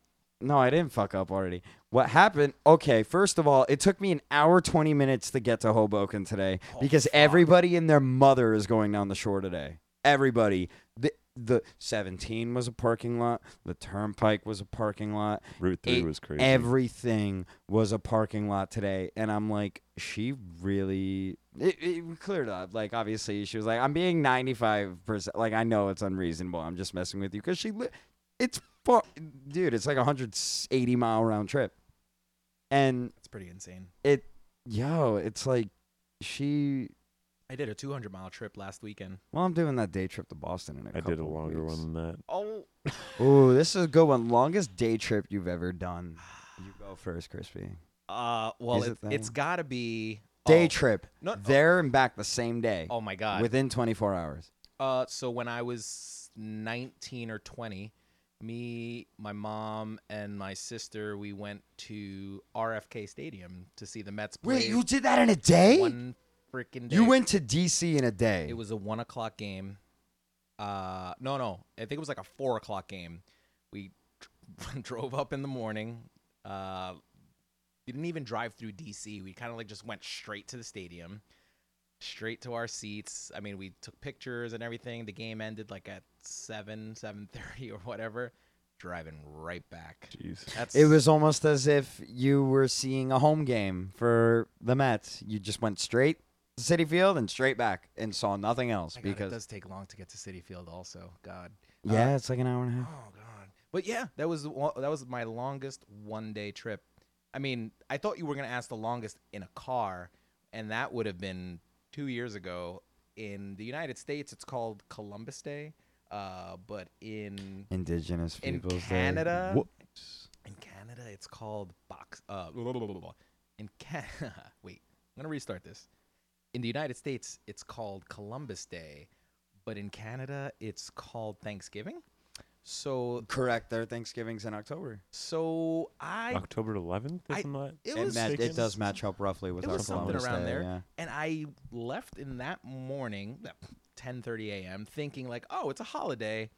Speaker 1: No, I didn't fuck up already. What happened? Okay, first of all, it took me an hour 20 minutes to get to Hoboken today
Speaker 3: Oh,
Speaker 1: because
Speaker 3: fuck.
Speaker 1: everybody and their mother is going down the shore today. Everybody. The, the 17 was a parking lot, the Turnpike was a parking lot.
Speaker 4: Route three
Speaker 1: It-
Speaker 4: was crazy.
Speaker 1: Everything was a parking lot today, and I'm like, she really it, it cleared up. Like, obviously, she was like, "I'm being 95 percent. Like, I know it's unreasonable. I'm just messing with you because she, li- it's far, dude. It's like a 180 mile round trip, and
Speaker 3: That's pretty insane.
Speaker 1: it, yo, it's like she.
Speaker 3: I did a 200 mile trip last weekend.
Speaker 1: Well, I'm doing that day trip to Boston in a
Speaker 4: I
Speaker 1: couple
Speaker 4: did a longer
Speaker 1: weeks.
Speaker 4: one than that.
Speaker 3: Oh,
Speaker 1: Ooh, this is a good one. Longest day trip you've ever done. You go first, crispy.
Speaker 4: Oh.
Speaker 3: uh, well,
Speaker 1: Is
Speaker 3: it,
Speaker 1: it that
Speaker 3: has
Speaker 1: one?
Speaker 3: got to be
Speaker 1: Day
Speaker 3: oh,
Speaker 1: trip,
Speaker 3: no-
Speaker 1: there and back the same day.
Speaker 3: Oh my god.
Speaker 1: within 24 hours.
Speaker 3: Uh, so when I was 19 or 20, me, my mom, and my sister, we went to RFK Stadium to see the Mets play.
Speaker 1: Wait, you did that in a day?
Speaker 3: one freaking day.
Speaker 1: You went to DC in a day.
Speaker 3: It was a one o'clock game. Uh, no, no, I think it was like a four o'clock game. We dr- drove up in the morning. Uh, we didn't even drive through DC. We kind of like just went straight to the stadium, straight to our seats. I mean, we took pictures and everything. The game ended like at seven, seven thirty or whatever. Driving right back.
Speaker 4: Jeez.
Speaker 3: That's
Speaker 1: It was almost as if you were seeing a home game for the Mets. You just went straight to City Field and straight back and saw nothing else
Speaker 3: My God,
Speaker 1: because
Speaker 3: it does take long to get to City Field. Also, God. Uh,
Speaker 1: yeah, it's like an hour and a half.
Speaker 3: Oh god. But yeah, that was the one- that was my longest one day trip. I mean, I thought you were gonna ask the longest in a car, and that would have been two years ago. In the United States, it's called Columbus Day, uh, but in
Speaker 1: Indigenous
Speaker 3: in
Speaker 1: peoples. Day.
Speaker 3: Canada,
Speaker 4: What?
Speaker 3: in Canada, it's called box. Uh, in Can, wait, I'm gonna restart this. In the United States, it's called Columbus Day, but in Canada, it's called Thanksgiving. So,
Speaker 1: Correct. Their Thanksgiving's in October.
Speaker 3: so I
Speaker 4: October 11th,
Speaker 3: I-
Speaker 4: isn't that?
Speaker 3: it
Speaker 1: It,
Speaker 3: was
Speaker 1: ma-
Speaker 4: taken-
Speaker 1: it does match up roughly with
Speaker 3: it was something
Speaker 1: Columbus
Speaker 3: around
Speaker 1: Day,
Speaker 3: there.
Speaker 1: yeah.
Speaker 3: And I left in that morning, 10:30 a.m., thinking like, "Oh, it's a holiday.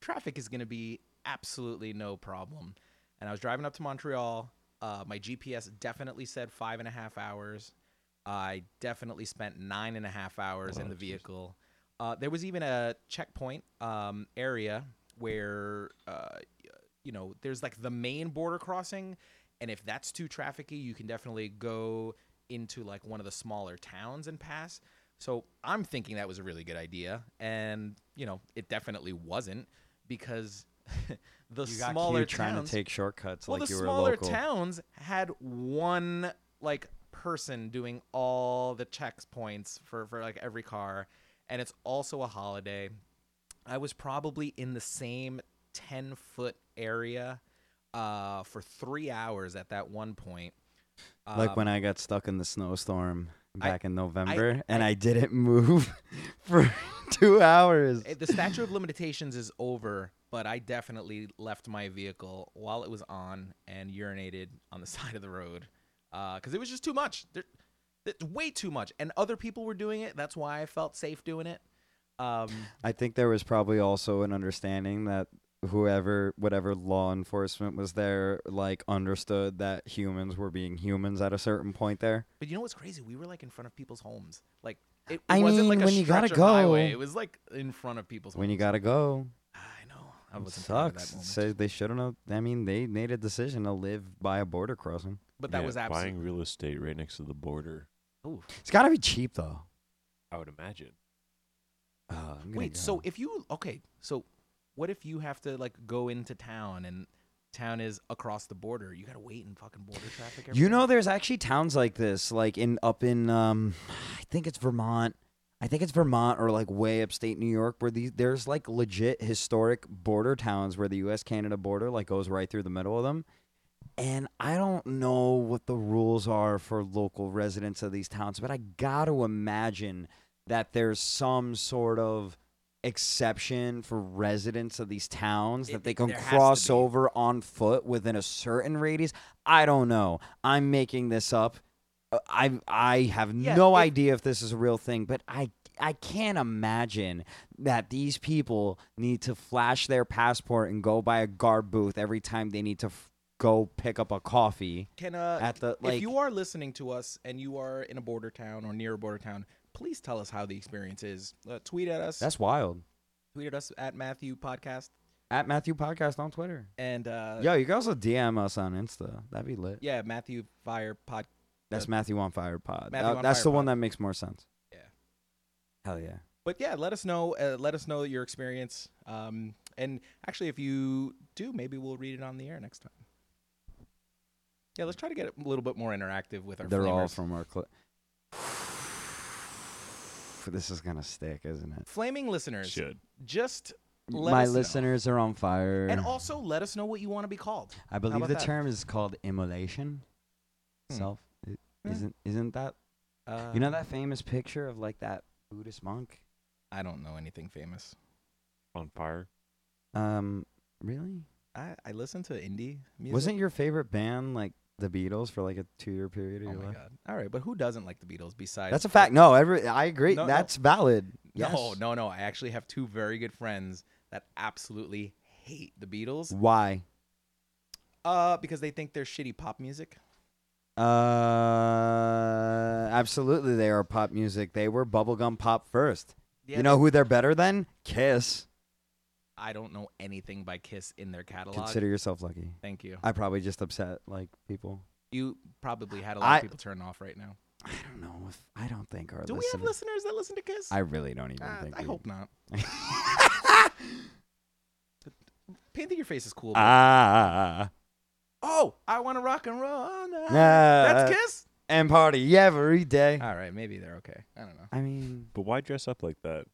Speaker 3: Traffic is going to be absolutely no problem." And I was driving up to Montreal. Uh, my GPS definitely said five and a half hours. I definitely spent nine and a half hours in the vehicle. Uh, there was even a checkpoint um, area where, uh, you know, there's like the main border crossing, and if that's too trafficky, you can definitely go into like one of the smaller towns and pass. So I'm thinking that was a really good idea, and you know, it definitely wasn't because the
Speaker 1: You got
Speaker 3: smaller
Speaker 1: cute trying to
Speaker 3: towns-
Speaker 1: take shortcuts
Speaker 3: well,
Speaker 1: like
Speaker 3: the
Speaker 1: you were
Speaker 3: smaller
Speaker 1: local.
Speaker 3: towns had one like person doing all the checkpoints for for like every car, and it's also a holiday. I was probably in the same ten foot area uh, for three hours at that one point.
Speaker 1: like
Speaker 3: Um,
Speaker 1: when I got stuck in the snowstorm
Speaker 3: I-
Speaker 1: back in November and I, didn't move for two hours.
Speaker 3: Eh, the statute of limitations is over, but I definitely left my vehicle while it was on and urinated on the side of the road because it was just too much. There, it's way too much, and other people were doing it. That's why I felt safe doing it. Um,
Speaker 1: I think there was probably also an understanding that whoever, whatever law enforcement was there, like understood that humans were being humans at a certain point there.
Speaker 3: but you know what's crazy? We were like in front of people's homes. Like it
Speaker 1: I
Speaker 3: wasn't
Speaker 1: mean,
Speaker 3: like a
Speaker 1: when you
Speaker 3: stretch
Speaker 1: gotta
Speaker 3: of
Speaker 1: go-
Speaker 3: highway. It was like in front of people's
Speaker 1: When you
Speaker 3: homes.
Speaker 1: gotta go,
Speaker 3: I know. I
Speaker 1: it
Speaker 3: was sucks. That
Speaker 1: sucks.
Speaker 3: moment.
Speaker 1: Says they shouldn't have. I mean, they made a decision to live by a border crossing.
Speaker 3: but that
Speaker 4: Yeah,
Speaker 3: was absolutely.
Speaker 4: buying real estate right next to the border.
Speaker 1: It's gotta be cheap though.
Speaker 4: I would imagine.
Speaker 1: Oh, I'm gonna
Speaker 3: Wait,
Speaker 1: go.
Speaker 3: so if you okay, so what if you have to like go into town and town is across the border? You gotta wait in fucking border traffic. Every
Speaker 1: You know, there's actually towns like this, like in up in um, I think it's Vermont. I think it's Vermont or like way upstate New York, where these there's like legit historic border towns where the U.S. Canada border like goes right through the middle of them. And I don't know what the rules are for local residents of these towns, but I got to imagine that there's some sort of exception for residents of these towns that
Speaker 3: It-
Speaker 1: they can
Speaker 3: there has to
Speaker 1: cross
Speaker 3: be.
Speaker 1: over on foot within a certain radius. I don't know. I'm making this up. Uh, I I have
Speaker 3: Yeah,
Speaker 1: no
Speaker 3: if-
Speaker 1: idea if this is a real thing, but I I can't imagine that these people need to flash their passport and go by a guard booth every time they need to f- go pick up a coffee.
Speaker 3: can uh,
Speaker 1: at the,
Speaker 3: if
Speaker 1: like-
Speaker 3: you are listening to us and you are in a border town or near a border town, please tell us how the experience is. Uh, tweet at us.
Speaker 1: That's wild.
Speaker 3: tweet at us at Matthew Podcast
Speaker 1: At Matthew Podcast on Twitter.
Speaker 3: and uh,
Speaker 1: Yo, you can also DM us on Insta. That'd be lit.
Speaker 3: yeah, Matthew Fire Pod.
Speaker 1: That's
Speaker 3: Uh,
Speaker 1: Matthew on Fire Pod.
Speaker 3: Matthew
Speaker 1: That-
Speaker 3: on
Speaker 1: that's
Speaker 3: Fire
Speaker 1: the one
Speaker 3: Pod.
Speaker 1: that makes more sense.
Speaker 3: Yeah.
Speaker 1: Hell yeah.
Speaker 3: but yeah, let us know. Uh, let us know your experience. Um, and actually, if you do, maybe we'll read it on the air next time. Yeah, let's try to get a little bit more interactive with our.
Speaker 1: They're all
Speaker 3: flamers.
Speaker 1: from our clip. This is gonna stick, isn't it?
Speaker 3: flaming listeners.
Speaker 4: Should.
Speaker 3: Just let
Speaker 1: My
Speaker 3: us know.
Speaker 1: listeners are on fire.
Speaker 3: and also let us know what you want to be called.
Speaker 1: I believe
Speaker 3: about
Speaker 1: the
Speaker 3: that?
Speaker 1: term is called immolation.
Speaker 3: Hmm.
Speaker 1: Self i-
Speaker 3: Yeah.
Speaker 1: isn't isn't that
Speaker 3: Uh,
Speaker 1: you know that famous picture of like that Buddhist monk?
Speaker 3: I don't know anything famous.
Speaker 4: On fire.
Speaker 1: Um, really?
Speaker 3: I, I listen to indie music.
Speaker 1: Wasn't your favorite band like the Beatles for like a two-year period of
Speaker 3: Oh
Speaker 1: your
Speaker 3: my
Speaker 1: life?
Speaker 3: god! All right, but who doesn't like the Beatles? Besides,
Speaker 1: uh? That's a fact. No, every I agree.
Speaker 3: No, no.
Speaker 1: That's valid.
Speaker 3: No,
Speaker 1: Yes.
Speaker 3: no, no. I actually have two very good friends that absolutely hate the Beatles.
Speaker 1: Why?
Speaker 3: Uh, because they think they're shitty pop music.
Speaker 1: Uh, absolutely, they are pop music. They were bubblegum pop first.
Speaker 3: Yeah,
Speaker 1: you know who they're better than? Kiss.
Speaker 3: I don't know anything by Kiss in their catalog.
Speaker 1: Consider yourself lucky.
Speaker 3: Thank you.
Speaker 1: I probably just upset like people.
Speaker 3: You probably had a lot
Speaker 1: I-
Speaker 3: of people turn off right now.
Speaker 1: I don't know if I don't think our
Speaker 3: Do we have
Speaker 1: listeners.
Speaker 3: listeners that listen to Kiss?
Speaker 1: I really don't even
Speaker 3: Uh,
Speaker 1: think.
Speaker 3: I
Speaker 1: we-
Speaker 3: hope not. Painting your face is cool.
Speaker 1: Uh,
Speaker 3: but-
Speaker 1: Ah,
Speaker 3: oh, I want to rock and roll. all night.
Speaker 1: Nah.
Speaker 3: That's Kiss.
Speaker 1: and party every day.
Speaker 3: All right, maybe they're okay. I don't know.
Speaker 1: I mean,
Speaker 4: But why dress up like that?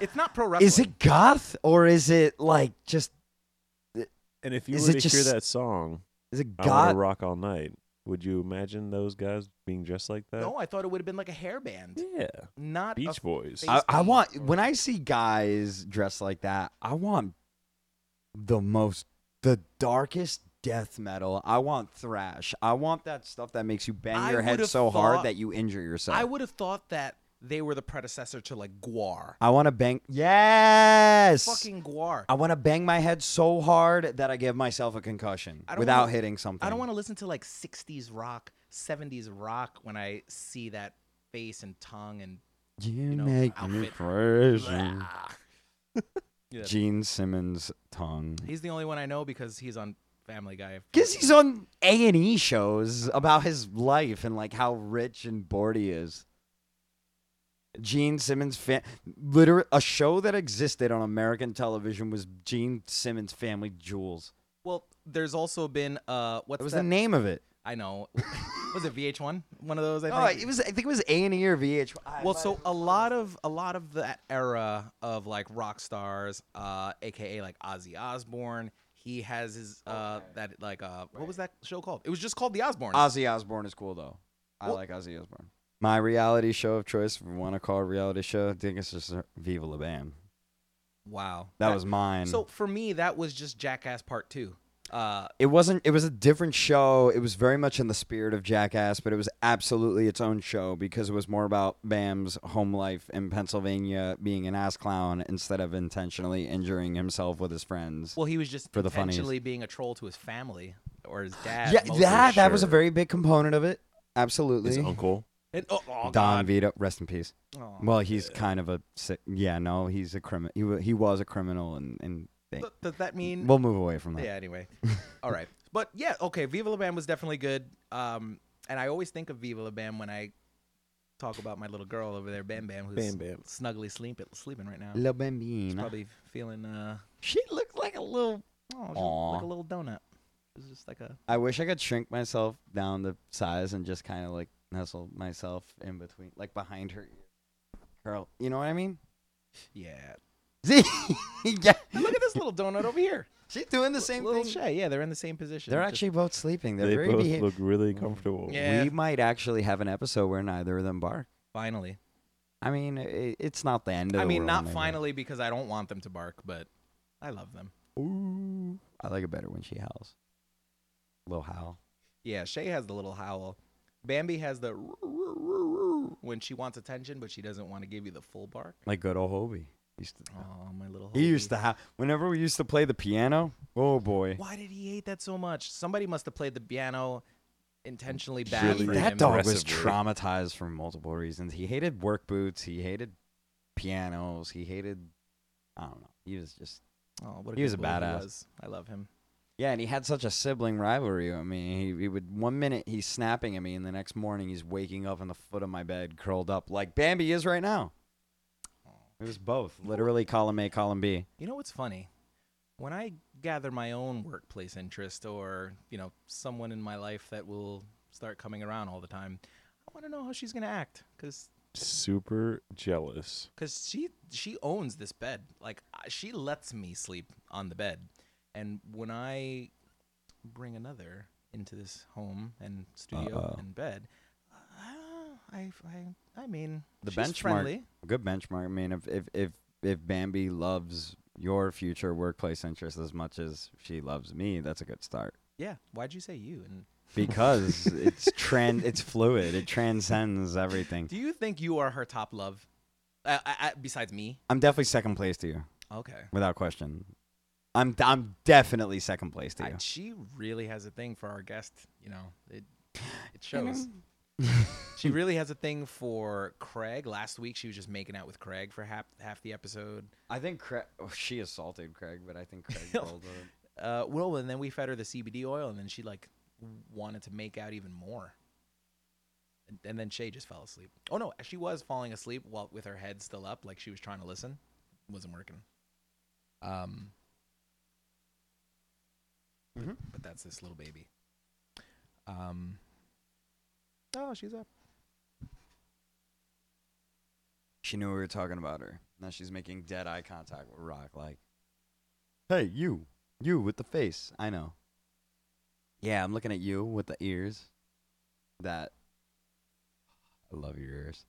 Speaker 3: It's not pro wrestling.
Speaker 1: is it goth or is it like just?
Speaker 4: And if you
Speaker 1: Is
Speaker 4: were
Speaker 1: it
Speaker 4: to hear
Speaker 1: just-
Speaker 4: that song,
Speaker 1: Is it
Speaker 4: I want
Speaker 1: goth?
Speaker 4: to rock all night. Would you imagine those guys being dressed like that?
Speaker 3: No, I thought it would have been like a hairband,
Speaker 4: Yeah.
Speaker 3: not a
Speaker 4: Beach Boys.
Speaker 1: I,
Speaker 3: face
Speaker 1: I
Speaker 3: paint
Speaker 1: want
Speaker 3: or-
Speaker 1: when I see guys dressed like that, I want the most the darkest death metal. I want thrash. I want that stuff that makes you bang
Speaker 3: I
Speaker 1: your head
Speaker 3: would've
Speaker 1: so hard
Speaker 3: thought-
Speaker 1: that you injure yourself.
Speaker 3: I
Speaker 1: I
Speaker 3: would have thought that they were the predecessor to like Guar.
Speaker 1: want to bang Yes.
Speaker 3: Fucking Guar.
Speaker 1: I want to bang my head so hard that I give myself a concussion
Speaker 3: I don't
Speaker 1: without
Speaker 3: wanna-
Speaker 1: hitting something.
Speaker 3: I don't want to listen to like 60s rock, 70s rock when I see that face and tongue and
Speaker 1: to You,
Speaker 3: know,
Speaker 1: make me
Speaker 3: outfit.
Speaker 1: crazy.
Speaker 3: Yeah.
Speaker 1: Gene Simmons tongue.
Speaker 3: He's the only one I know because he's on Family Guy.
Speaker 1: Because he's on A and E shows about his life and like how rich and bored he is. Gene Simmons fan, literally a show that existed on American television was Gene Simmons Family Jewels.
Speaker 3: Well, there's also been uh,
Speaker 1: That
Speaker 3: what's
Speaker 1: was
Speaker 3: that?
Speaker 1: the name of it.
Speaker 3: I know. was it VH1? One of those. I
Speaker 1: Oh,
Speaker 3: think.
Speaker 1: it was. I think it was A and E or VH.
Speaker 3: well so a lot of a lot of that era of like rock stars uh aka like ozzy osbourne he has his uh that like uh what was that show called it was just called the osbournes
Speaker 1: Ozzy Osbourne is cool though. I
Speaker 3: Well-
Speaker 1: like Ozzy Osbourne. My reality show of choice, if you want to call it a reality show, I think it's just uh, Viva La Bam.
Speaker 3: wow
Speaker 1: That was mine.
Speaker 3: so for me that was just jackass part two Uh,
Speaker 1: It wasn't. It was a different show. It was very much in the spirit of Jackass, but it was absolutely its own show because it was more about Bam's home life in Pennsylvania, being an ass clown instead of intentionally injuring himself with his friends.
Speaker 3: well, he was just
Speaker 1: For the funnies.
Speaker 3: potentially being a troll to his family or his dad.
Speaker 1: yeah, that
Speaker 3: mostly.
Speaker 1: that was a
Speaker 4: sure.
Speaker 1: very big component of it. Absolutely.
Speaker 4: His uncle.
Speaker 3: And- oh, oh,
Speaker 1: Don
Speaker 3: God.
Speaker 1: Vito, rest in peace.
Speaker 3: Oh.
Speaker 1: Well, he's kind of a si- yeah. No, he's a criminal. He, wa- he was a criminal, and and they,
Speaker 3: Th- Does that mean?
Speaker 1: we'll move away from that.
Speaker 3: yeah. Anyway, all right. But yeah, okay. Viva La Bam was definitely good. Um, and I always think of Viva La Bam when I talk about my little girl over there, Bam Bam, who's
Speaker 4: Bam Bam.
Speaker 3: snugly sleep- sleeping right now.
Speaker 1: La Bambina.
Speaker 3: Probably feeling uh,
Speaker 1: She looked like a little.
Speaker 3: oh, she
Speaker 1: Aw.
Speaker 3: looked like a little donut. It's just like a
Speaker 1: I wish I could shrink myself down to size and just kind of like nestle myself in between, like behind her ear. Girl, you know what I mean?
Speaker 3: yeah.
Speaker 1: yeah.
Speaker 3: Look at this little donut over here.
Speaker 1: She's doing the same
Speaker 3: little
Speaker 1: thing.
Speaker 3: Shay. Yeah, they're in the same position.
Speaker 1: They're
Speaker 3: Just-
Speaker 1: actually both sleeping. They're
Speaker 4: They
Speaker 1: very
Speaker 4: both
Speaker 1: beha-
Speaker 4: look
Speaker 1: Mm.
Speaker 4: really comfortable.
Speaker 3: Yeah. Yeah.
Speaker 1: We might actually have an episode where neither of them bark.
Speaker 3: finally.
Speaker 1: I mean, i it's not the end of
Speaker 3: I
Speaker 1: the
Speaker 3: mean,
Speaker 1: world,
Speaker 3: not
Speaker 1: maybe.
Speaker 3: finally because I don't want them to bark, but I love them.
Speaker 1: Ooh. I like it better when she howls. Little howl.
Speaker 3: Yeah, Shay has the little howl. Bambi has the roo- roo- roo- roo when she wants attention, but she doesn't want to give you the full bark.
Speaker 1: Like good old Hobie. Used to,
Speaker 3: Oh, my little.
Speaker 1: he used to
Speaker 3: Hobie.
Speaker 1: howl. Whenever we used to play the piano, oh boy.
Speaker 3: Why did he hate that so much? Somebody must have played the piano intentionally bad
Speaker 4: Really
Speaker 3: for
Speaker 1: that
Speaker 3: him.
Speaker 1: dog was
Speaker 4: aggressively.
Speaker 1: traumatized for multiple reasons. He hated work boots. He hated pianos. He hated, I don't know. He was just
Speaker 3: Oh, what a
Speaker 1: he was
Speaker 3: good
Speaker 1: a
Speaker 3: boy
Speaker 1: badass.
Speaker 3: was. I love him.
Speaker 1: yeah, and he had such a sibling rivalry. I mean, he, he would one minute he's snapping at me, and the next morning he's waking up on the foot of my bed, curled up like Bambi is right now. It was both, literally column A, column B.
Speaker 3: You know what's funny? When I gather my own workplace interest or, you know, someone in my life that will start coming around all the time, I want to know how she's going to act cuz
Speaker 4: Super jealous.
Speaker 3: cuz she she owns this bed. Like I- she lets me sleep on the bed. And when I bring another into this home and studio
Speaker 1: Uh-oh.
Speaker 3: and bed, uh, I I I mean,
Speaker 1: The
Speaker 3: she's
Speaker 1: benchmark-
Speaker 3: friendly.
Speaker 1: Good benchmark. I mean, if if if, if Bambi loves your future workplace interest as much as she loves me, that's a good start.
Speaker 3: Yeah, why'd you say you and
Speaker 1: because it's trans it's fluid it transcends everything
Speaker 3: Do you think you are her top love? Uh, uh, uh, besides me?
Speaker 1: i'm definitely second place to you
Speaker 3: Okay.
Speaker 1: without question i'm i'm definitely second place to
Speaker 3: I-
Speaker 1: you
Speaker 3: she really has a thing for our guest. You know, it it shows. she really has a thing for Craig. Last week, she was just making out with Craig for half half the episode.
Speaker 1: i think craig oh, she assaulted craig but i think craig rolled with it.
Speaker 3: Uh, well, and then we fed her the CBD oil, and then she like wanted to make out even more. And, and then Shay just fell asleep. Oh no, she was falling asleep while with her head still up, like she was trying to listen. Wasn't working. Um. but-
Speaker 1: Mhm.
Speaker 3: But that's this little baby. Um. Oh, she's up.
Speaker 1: she knew we were talking about her now she's making dead eye contact with rock like hey you you with the face i know yeah i'm looking at you with the ears that i love your ears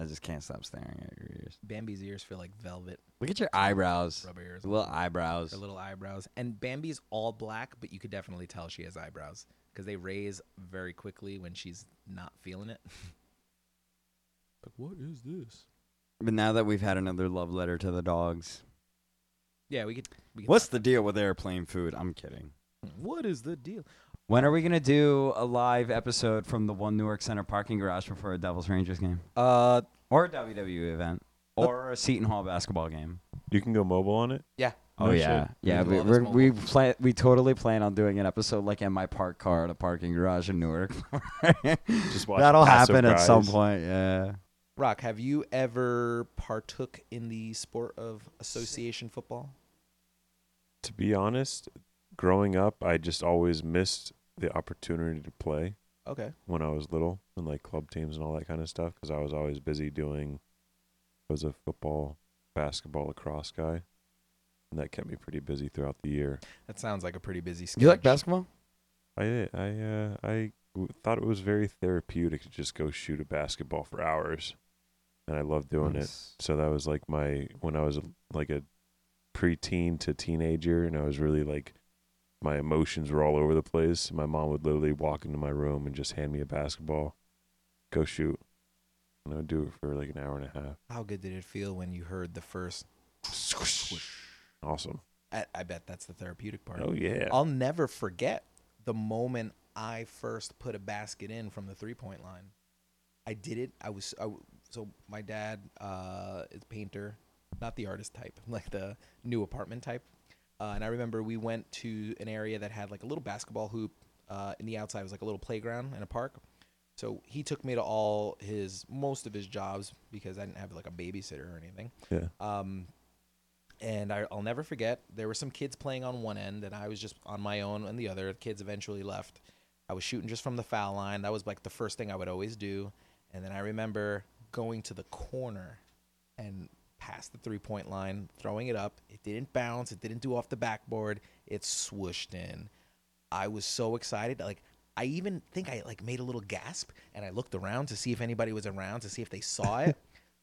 Speaker 1: i just can't stop staring at your ears
Speaker 3: Bambi's ears feel like velvet
Speaker 1: Look at your eyebrows.
Speaker 3: rubber ears.
Speaker 1: The little eyebrows.
Speaker 3: Her little eyebrows. And Bambi's all black, but you could definitely tell she has eyebrows because they raise very quickly when she's not feeling it. like, what is this?
Speaker 1: But now that we've had another love letter to the dogs,
Speaker 3: Yeah, we could. We could
Speaker 1: what's the deal with airplane food? I'm kidding.
Speaker 3: What is the deal?
Speaker 1: When are we gonna do a live episode from the One Newark Center parking garage before a Devils Rangers game,
Speaker 3: Uh,
Speaker 1: or a WWE event, or a Seton Hall basketball game?
Speaker 4: You can go mobile on it.
Speaker 3: yeah.
Speaker 4: No shit.
Speaker 1: Oh, yeah.
Speaker 3: We
Speaker 1: We
Speaker 3: love
Speaker 1: we're,
Speaker 3: this
Speaker 1: we plan we totally plan on doing an episode like in my parked car at a parking garage in Newark.
Speaker 4: Just watch
Speaker 1: That'll
Speaker 4: Passive
Speaker 1: happen at some
Speaker 4: Rise.
Speaker 1: point. Yeah.
Speaker 3: Rock, have you ever partook in the sport of association football?
Speaker 4: To be honest, growing up, I just always missed the opportunity to play
Speaker 3: Okay.
Speaker 4: when I was little and like club teams and all that kind of stuff because I was always busy doing. I was a football, basketball, lacrosse guy, and that kept me pretty busy throughout the year.
Speaker 3: That sounds like a pretty busy schedule.
Speaker 1: You like basketball?
Speaker 4: I I uh, I w- thought it was very therapeutic to just go shoot a basketball for hours, and I loved doing it. So that was like my when I was like a preteen to teenager, and I was really like my emotions were all over the place. My mom would literally walk into my room and just hand me a basketball, go shoot, and I would do it for like an hour and a half.
Speaker 3: How good did it feel when you heard the first squish?
Speaker 4: Awesome.
Speaker 3: I, I bet that's the therapeutic part.
Speaker 4: Oh yeah.
Speaker 3: I'll never forget the moment I first put a basket in from the three point line. I did it. I was I w so my dad uh, is a painter, not the artist type, like the new apartment type. Uh, and I remember we went to an area that had like a little basketball hoop uh, in the outside. It was like a little playground and a park. So he took me to all his most of his jobs because I didn't have like a babysitter or anything.
Speaker 4: Yeah.
Speaker 3: Um, and I, I'll never forget. There were some kids playing on one end, and I was just on my own on the other. The kids eventually left. I was shooting just from the foul line. That was like the first thing I would always do. And then I remember going to the corner and past the three point line, throwing it up. It didn't bounce. It didn't do off the backboard. It swooshed in. I was so excited. Like I even think I like made a little gasp and I looked around to see if anybody was around to see if they saw it.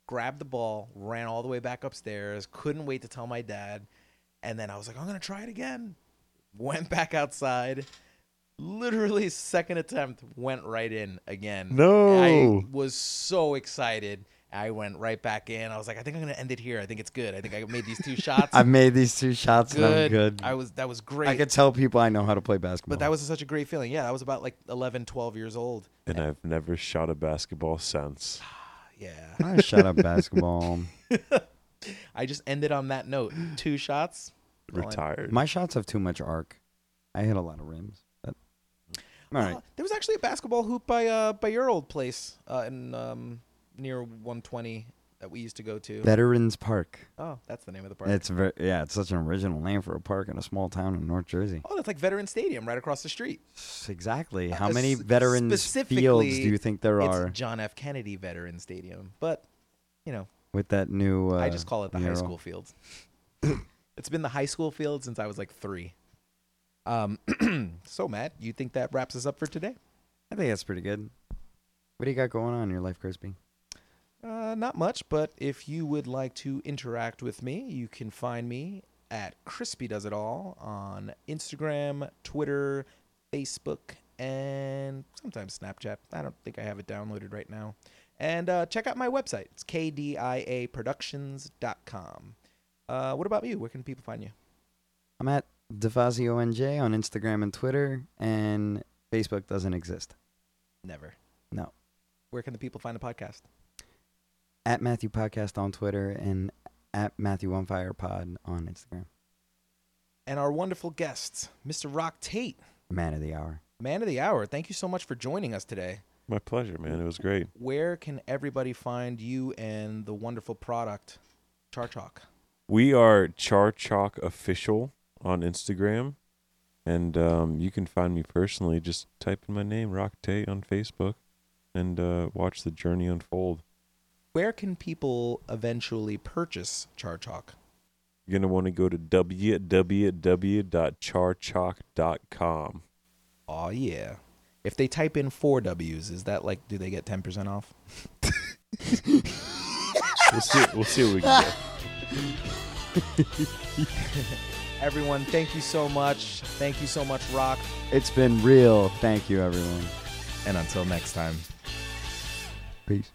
Speaker 3: grabbed the ball, ran all the way back upstairs, couldn't wait to tell my dad. And then I was like, I'm going to try it again. Went back outside. Literally second attempt went right in again.
Speaker 4: No.
Speaker 3: I was so excited. I went right back in. I was like, I think I'm going to end it here. I think it's good. I think I made these two shots.
Speaker 1: I made these two shots and I'm good.
Speaker 3: I was that was great.
Speaker 1: I could tell people I know how to play basketball.
Speaker 3: But that was such a great feeling. Yeah, I was about like 11, 12 years old.
Speaker 4: and I've never shot a basketball since.
Speaker 3: Yeah.
Speaker 1: I shut up basketball.
Speaker 3: I just ended on that note. Two shots. Well, I-
Speaker 4: Retired.
Speaker 1: My shots have too much arc. I hit a lot of rims. But... All right.
Speaker 3: Uh, there was actually a basketball hoop by uh by your old place uh, in um near 120 that we used to go to.
Speaker 1: Veterans Park.
Speaker 3: oh, that's the name of the park.
Speaker 1: It's very, yeah, it's such an original name for a park in a small town in North Jersey.
Speaker 3: oh, that's like Veteran Stadium right across the street.
Speaker 1: Exactly.
Speaker 3: Uh,
Speaker 1: How many
Speaker 3: s-
Speaker 1: veterans fields do
Speaker 3: specifically,
Speaker 1: you think there
Speaker 3: it's
Speaker 1: are
Speaker 3: John F. Kennedy Veteran Stadium, but you know,
Speaker 1: with that new? Uh,
Speaker 3: I just call it the high
Speaker 1: mural?
Speaker 3: school field. it's been the high school field since I was like three. Um, so Matt, you think that wraps us up for today?
Speaker 1: I think that's pretty good. What do you got going on in your life, Crispy?
Speaker 3: Uh, not much, but if you would like to interact with me, you can find me at Crispy Does It All on Instagram, Twitter, Facebook, and sometimes Snapchat. I don't think I have it downloaded right now. And uh, check out my website. It's kdiaproductions.com. Uh, what about you? Where can people find you?
Speaker 1: I'm at Defazio NJ on Instagram and Twitter, and Facebook doesn't exist.
Speaker 3: Never.
Speaker 1: No.
Speaker 3: Where can the people find the podcast?
Speaker 1: At Matthew Podcast on Twitter and at Matthew on Fire Pod on Instagram.
Speaker 3: And our wonderful guests, Mr. Rock Tate,
Speaker 1: Man of the hour.
Speaker 3: man of the hour. Thank you so much for joining us today.
Speaker 4: My pleasure, man. It was great.
Speaker 3: where can everybody find you and the wonderful product Char Chalk?
Speaker 4: We are Char Chalk Official on Instagram. And um, you can find me personally. Just type in my name, Rock Tate, on Facebook and uh, watch the journey unfold.
Speaker 3: Where can people eventually purchase Char Chalk?
Speaker 4: You're going to want to go to www.charchalk.com.
Speaker 3: Oh yeah. If they type in four W's, is that like do they get ten percent off?
Speaker 4: We'll see, we'll see what we can do.
Speaker 3: Everyone, thank you so much. Thank you so much, Rock.
Speaker 1: It's been real. Thank you, everyone.
Speaker 3: And until next time.
Speaker 1: Peace.